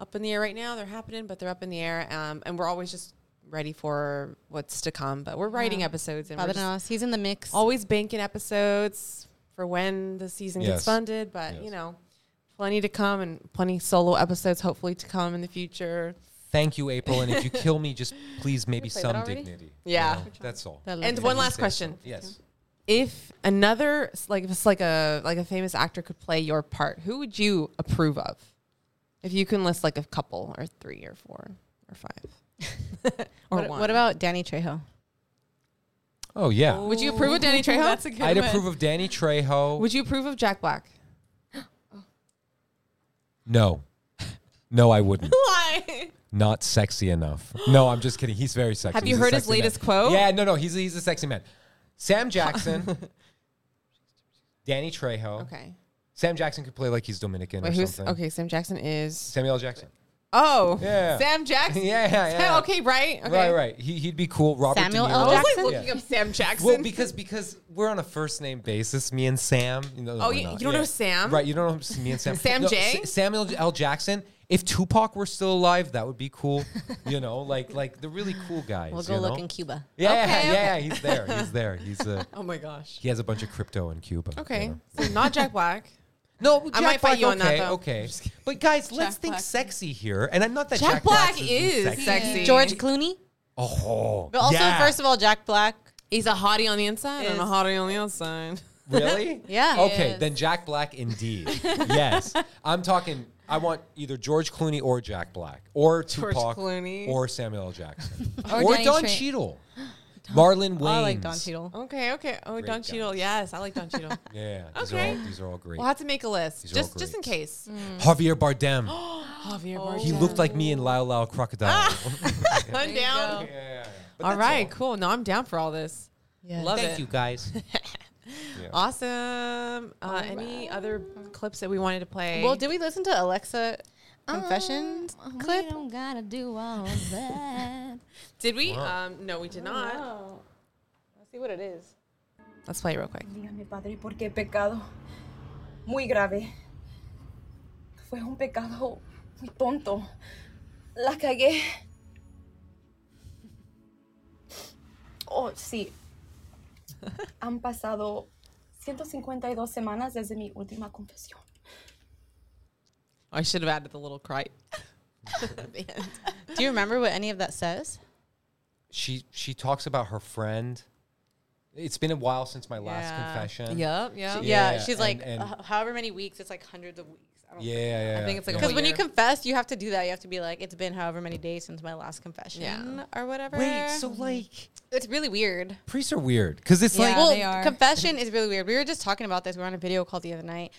up in the air right now. They're happening, but they're up in the air. Um, and we're always just ready for what's to come. But we're writing episodes and we're Father just knows he's in the mix. always banking episodes for when the season Yes. gets funded. But Yes. you know, plenty to come and plenty solo episodes hopefully to come in the future. Thank you, April. And if you kill me, just please maybe played some that already? dignity. you Yeah. know? that's all. That And looks one Please last say question. something. Yes. if another like if it's like a like a famous actor could play your part, who would you approve of? If you can list like a couple or three or four or five or what, one. what about Danny Trejo? Oh yeah, Would you approve of Danny Trejo? That's a good I'd approve of Danny Trejo. Would you approve of Jack Black? no, no, I wouldn't. Why? Not sexy enough. No, I'm just kidding. He's very sexy. Have you He's a heard his sexy man. latest quote? Yeah, no, no. He's a, he's a sexy man. Sam Jackson, Danny Trejo. Okay. Sam Jackson could play like he's Dominican Wait, or who's something. okay? Sam Jackson is. Samuel L. Jackson. Oh, Yeah. Sam Jackson. Yeah, yeah, Sam- yeah. okay, right. Okay. Right, right. He, he'd be cool. Robert De Samuel Niro. L. Jackson. I was like looking up Sam Jackson. Well, because because we're on a first name basis, me and Sam. You know, Oh, we're you- not. you don't know Sam? right? You don't know s- me and Sam. Sam J? S- Samuel L. Jackson. If Tupac were still alive, that would be cool. you know, like like the really cool guys. We'll go you look know? in Cuba. Yeah, yeah, Okay, yeah, okay. He's there. He's there. He's a. Oh my gosh. He has a bunch of crypto in Cuba. Okay, you know? so not Jack Black. No, I Jack might fight Black, you on okay, that though. Okay, but guys, let's think Black. sexy here, and I'm not that Jack Jack, Black Black's is sexy. sexy. George Clooney. Oh, But also, yeah. first of all, Jack Black. He's a hottie on the inside and a Is- hottie on the outside. Really? Yeah. Okay, Yes. then Jack Black indeed. yes. I'm talking I want either George Clooney or Jack Black or George Tupac Clooney. or Samuel L. Jackson Or or, Danny Don Tran- Cheadle. Marlon Wayans. I like Don Cheadle. Okay, okay. Oh, Great Don guys. Cheadle. Yes, I like Don Cheadle. Yeah, these Okay. are all these are all great. We'll have to make a list These are all just just in case. Oh, Javier Bardem. Javier he Bardem. looked like me in Lao Lao Crocodile. I'm down. But All that's right, cool. No, I'm down for all this. Love Thank it. you guys. Awesome. Uh, any other clips that we wanted to play? Well, did we listen to Alexa Confessions clip? Um, oh, don't gotta do all that. Did we? Wow. Um, no, we did not. Let's see what it is. Let's play it real quick. Dígame, Padre, por qué pecado muy grave. Fue un pecado muy tonto. La cagué. Oh, sí. Han pasado 152 semanas desde mi última confesión. I should have added the little cry. Do you remember what any of that says? She she talks about her friend. It's been a while since my last Yeah. confession. Yep, Yeah, yep. she's and- like and- h- however many weeks. It's like hundreds of weeks. I don't Yeah, yeah, I think it's like a because whole when you year. confess, you have to do that. You have to be like, it's been however many days since my last confession or whatever. Wait, so like it's really weird. priests are weird because it's like well, confession is really weird. We were just talking about this. We were on a video call the other night,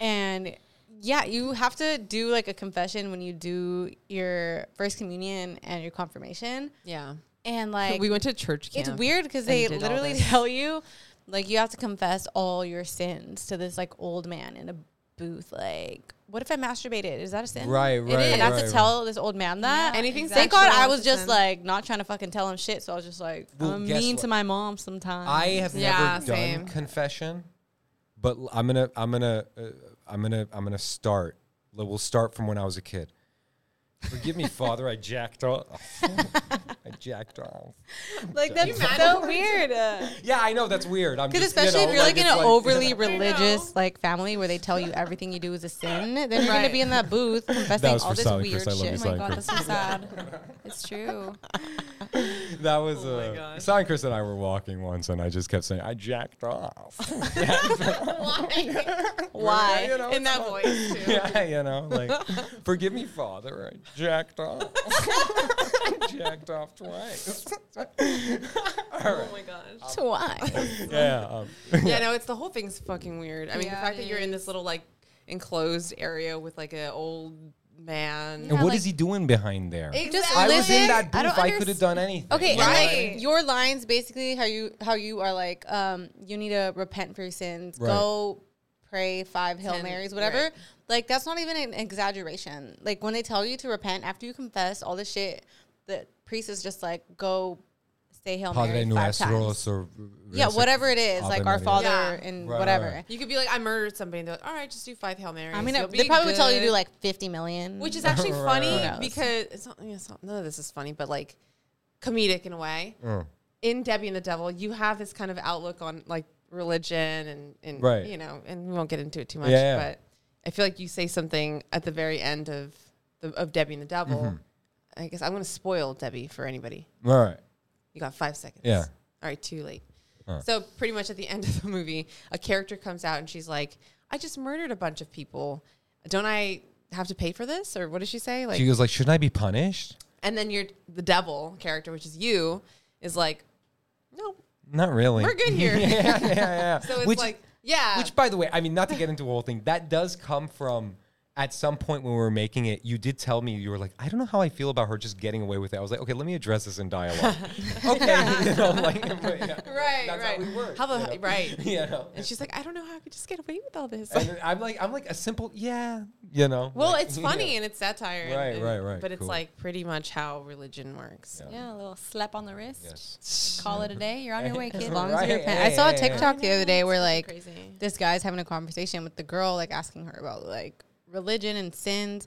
and yeah, you have to do like a confession when you do your first communion and your confirmation. Yeah. and like We went to church It's camp weird because and they did all literally this. tell you like you have to confess all your sins to this like old man in a booth. Like, what if I masturbated? Is that a sin? Right, right, And I have right. to tell this old man that Yeah, Anything Thank sexual God I is was a just sin. like not trying to fucking tell him shit. So I was just like Well, I'm guess mean what? to my mom sometimes. I have Yeah, never done same. confession, but l- I'm gonna, I'm gonna, uh, I'm gonna, I'm gonna start. L- We'll start from when I was a kid. Forgive me, Father. I jacked off. I jacked off. like that's so weird. Because Yeah, I know that's weird. I'm just, especially you know, if you're like, in it's an overly religious like family where they tell you everything you do is a sin, then you're gonna Right. be in that booth confessing was all for this Sally, weird Chris. I love you, shit. Sally. God, that's so sad. It's true. that was. oh uh, Sai and Chris and I were walking once, and I just kept saying, "I jacked off." Why? You know, in that voice too. yeah, you know, like, forgive me, Father. I jacked off. jacked off twice. Oh my gosh. Why? yeah. Um, yeah, no, it's the whole thing's fucking weird. I mean, Yeah, the fact it that you're in this little like enclosed area with like an old man. And what is he doing behind there? Just I was in listen. that I booth. don't I, could have done anything. Okay, and Right. like your lines basically how you how you are like um you need to repent for your sins, Right. go pray five Hail Ten, Marys, whatever. right. Like that's not even an exaggeration. Like when they tell you to repent after you confess all this shit, the priest is just like go say Hail Mary five times. Yeah, whatever it is, like our Father Yeah. and Right, whatever. right. You could be like, I murdered somebody. And they're like, all right, just do five Hail Marys. I mean, You'll they be probably would tell you to good." do like fifty million, Which is actually funny Who knows? because it's not, it's not, none of this is funny, but like comedic in a way. In Debbie and the Devil, you have this kind of outlook on like religion and, and Right. you know, and we won't get into it too much, Yeah, yeah. but I feel like you say something at the very end of the, of Debbie and the Devil. Mm-hmm. I guess I'm going to spoil Debbie for anybody. uh, All right. You got five seconds. Yeah. All right, too late. All right. So pretty much at the end of the movie, a character comes out and she's like, "I just murdered a bunch of people. Don't I have to pay for this?" Or what does she say? Like, she goes like, "Shouldn't I be punished?" and then you're the devil character, which is you, is like, "No, Not really. we're good here." yeah, yeah, yeah. So it's which, like, yeah, which, by the way, I mean, not to get into the whole thing, that does come from at some point when we were making it, you did tell me you were like, I don't know how I feel about her just getting away with it. I was like, okay, let me address this in dialogue. okay, you know, like, but, yeah. right, That's how right. we work. How the you know? right? You know? And she's like, I don't know how I could just get away with all this. And then I'm like, I'm like a simple, yeah, you know. well, like, it's yeah. funny and it's satire. and- Right, and- right, right, But it's cool. like pretty much how religion works. Yeah, a little slap on the wrist. Yes. Call it a day. You're on your way, kid. As long as you repent. I saw a TikTok the other day where like this guy's having a conversation with the girl, like asking her about like religion and sins,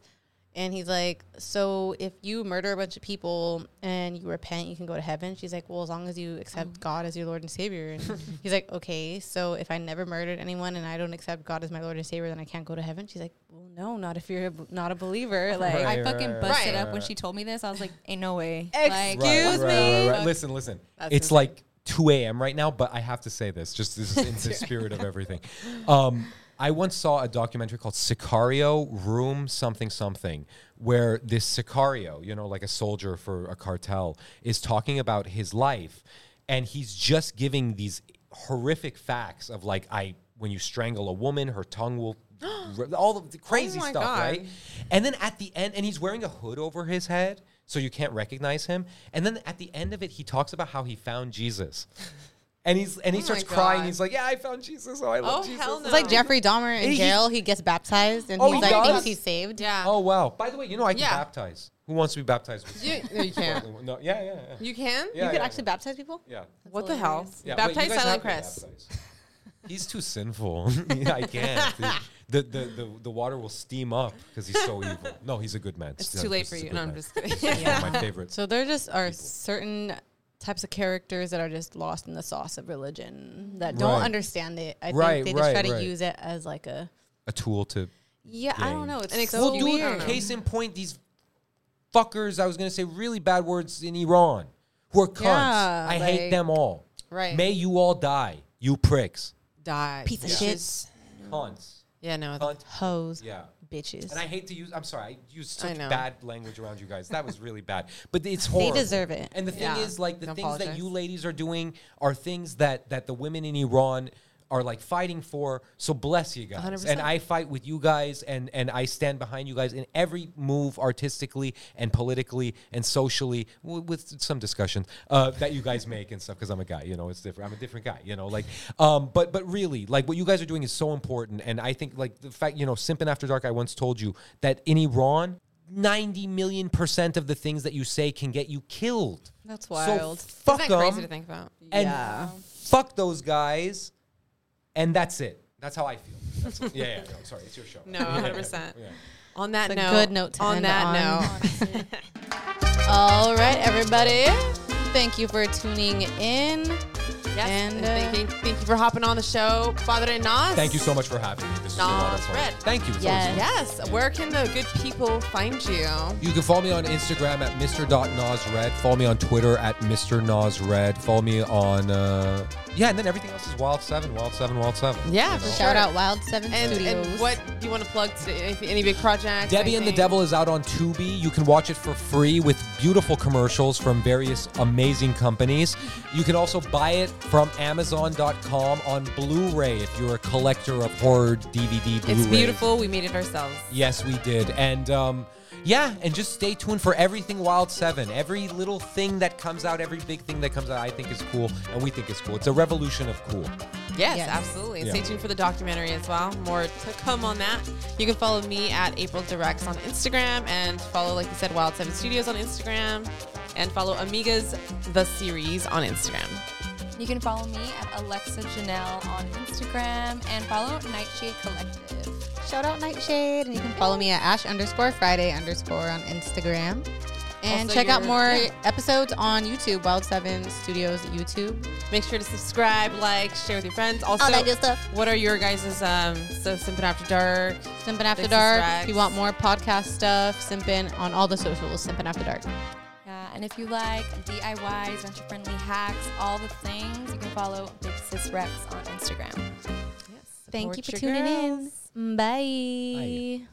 and he's like, "So if you murder a bunch of people and you repent, you can go to heaven." She's like, "Well, as long as you accept Mm. God as your Lord and Savior." And he's like, "Okay, so if I never murdered anyone and I don't accept God as my Lord and Savior, then I can't go to heaven." She's like, "Well, no, not if you're a, not a believer." Like I Right, fucking right, busted right, up when right. she told me this. I was like, ain't no way. Excuse like, Listen, listen. That's it's insane. like 2 a.m. right now, but I have to say this. Just this is in the spirit of everything. Um, I once saw a documentary called Sicario Room Something Something, where this Sicario, you know, like a soldier for a cartel, is talking about his life, and he's just giving these horrific facts of like, I when you strangle a woman, her tongue will. all of the crazy Oh my stuff, God. right? And then at the end, and he's wearing a hood over his head, so you can't recognize him. And then at the end of it, he talks about how he found Jesus. And he's and he Oh starts my crying. God. He's like, "Yeah, I found Jesus. Oh, I love Jesus." It's like Jeffrey Dahmer in He- jail. He gets baptized and Oh, he's he like does? thinks he's saved. Yeah. Oh wow! By the way, you know I can Yeah. baptize. Who wants to be baptized? With You- no, you can't. No, yeah, yeah, yeah. You can? Yeah, you yeah, could actually baptize people. Yeah. What the Yeah, hell? wait, you Oh. Baptize guys Silent have to Chris. He's too sinful. Yeah, I can't. The, the, the, the water will steam up because he's so evil. No, he's a good man. It's Still, too late this for is a you. good No, I'm man. just kidding. This is one of my favorites. So there just are certain types of characters that are just lost in the sauce of religion that don't Right. understand it. I Right, think they right, just try right. to use it as like a a tool to. yeah. I don't gain. know. It's An so excuse. weird. I don't know. Case in point, these fuckers. I was gonna say really bad words in Iran. Who are cunts? Yeah, I hate like- them all. Right. May you all die, you pricks. Die. Piece of shit. bitches. Cunts. Yeah, no. Cunt. Hoes. Yeah. Bitches. And I hate to use. I'm sorry. I used I such know. bad language around you guys. That was really bad. But it's They horrible. deserve it. And the thing Yeah. is, like the Don't things that apologize. you ladies are doing are things that that the women in Iran are like fighting for. So bless you guys. 100%. And I fight with you guys, and and I stand behind you guys in every move, artistically and politically and socially, w- with some discussion uh, that you guys make and stuff. Because I'm a guy, you know, it's different. I'm a different guy, you know. Like, um, but but really, like what you guys are doing is so important, and I think like the fact, you know, simping after dark. I once told you that in Iran. 90 million percent of the things that you say can get you killed. That's So wild. fuck Isn't that crazy 'em to think about? And Yeah. fuck those guys. And that's it. That's how I feel. That's it. Yeah, yeah, yeah. I'm sorry. It's your show. No, Yeah, yeah, 100%. yeah. On that It's a note. good note to On end that on. note. All right, everybody. Thank you for tuning in. Yes. And, And thank, you, thank you for hopping on the show, Father and Nas. Thank you so much for having me. This was a lot of Nas fun. Red. Thank you. uh, It's always fun. Yes. yes. Where can the good people find you? You can follow me on Instagram at Mr.NosRed. Follow me on Twitter at Mr. Nosred. Follow me on, uh, yeah, and then everything else is Wild7, Wild7, Wild7. Yeah, for Shout out Wild Seven And, Studios. and what do you want to plug today? Any, any big projects? Debbie and the anything? Devil is out on Tubi. You can watch it for free with beautiful commercials from various amazing companies. You can also buy it from Amazon.com on Blu ray if you're a collector of horror DVD Blu It's ray. beautiful. We made it ourselves. Yes, we did. And um, yeah, and just stay tuned for everything Wild 7. Every little thing that comes out, every big thing that comes out, I think is cool, and we think is cool. It's a revolution of cool. Yes, absolutely. And Yeah. Stay tuned for the documentary as well. More to come on that. You can follow me at April Directs on Instagram and follow, like you said, Wild Seven Studios on Instagram and follow Amigas the series on Instagram. You can follow me at Alexa Janelle on Instagram and follow Nightshade Collective. Shout out Nightshade, and you can follow me at Ash underscore Friday underscore on Instagram. And Also check out your- more yeah. episodes on YouTube, Wild Seven Studios YouTube. Make sure to subscribe, like, share with your friends. Also, that good stuff. What are your guys' um so Simpin After Dark? Simpin After This is Dark. Rex. If you want more podcast stuff, Simpin on all the socials, Simpin After Dark. Yeah, and if you like DIYs, venture friendly hacks, all the things, you can follow Big Sis Rex on Instagram. Thank you Support for your tuning in. Bye.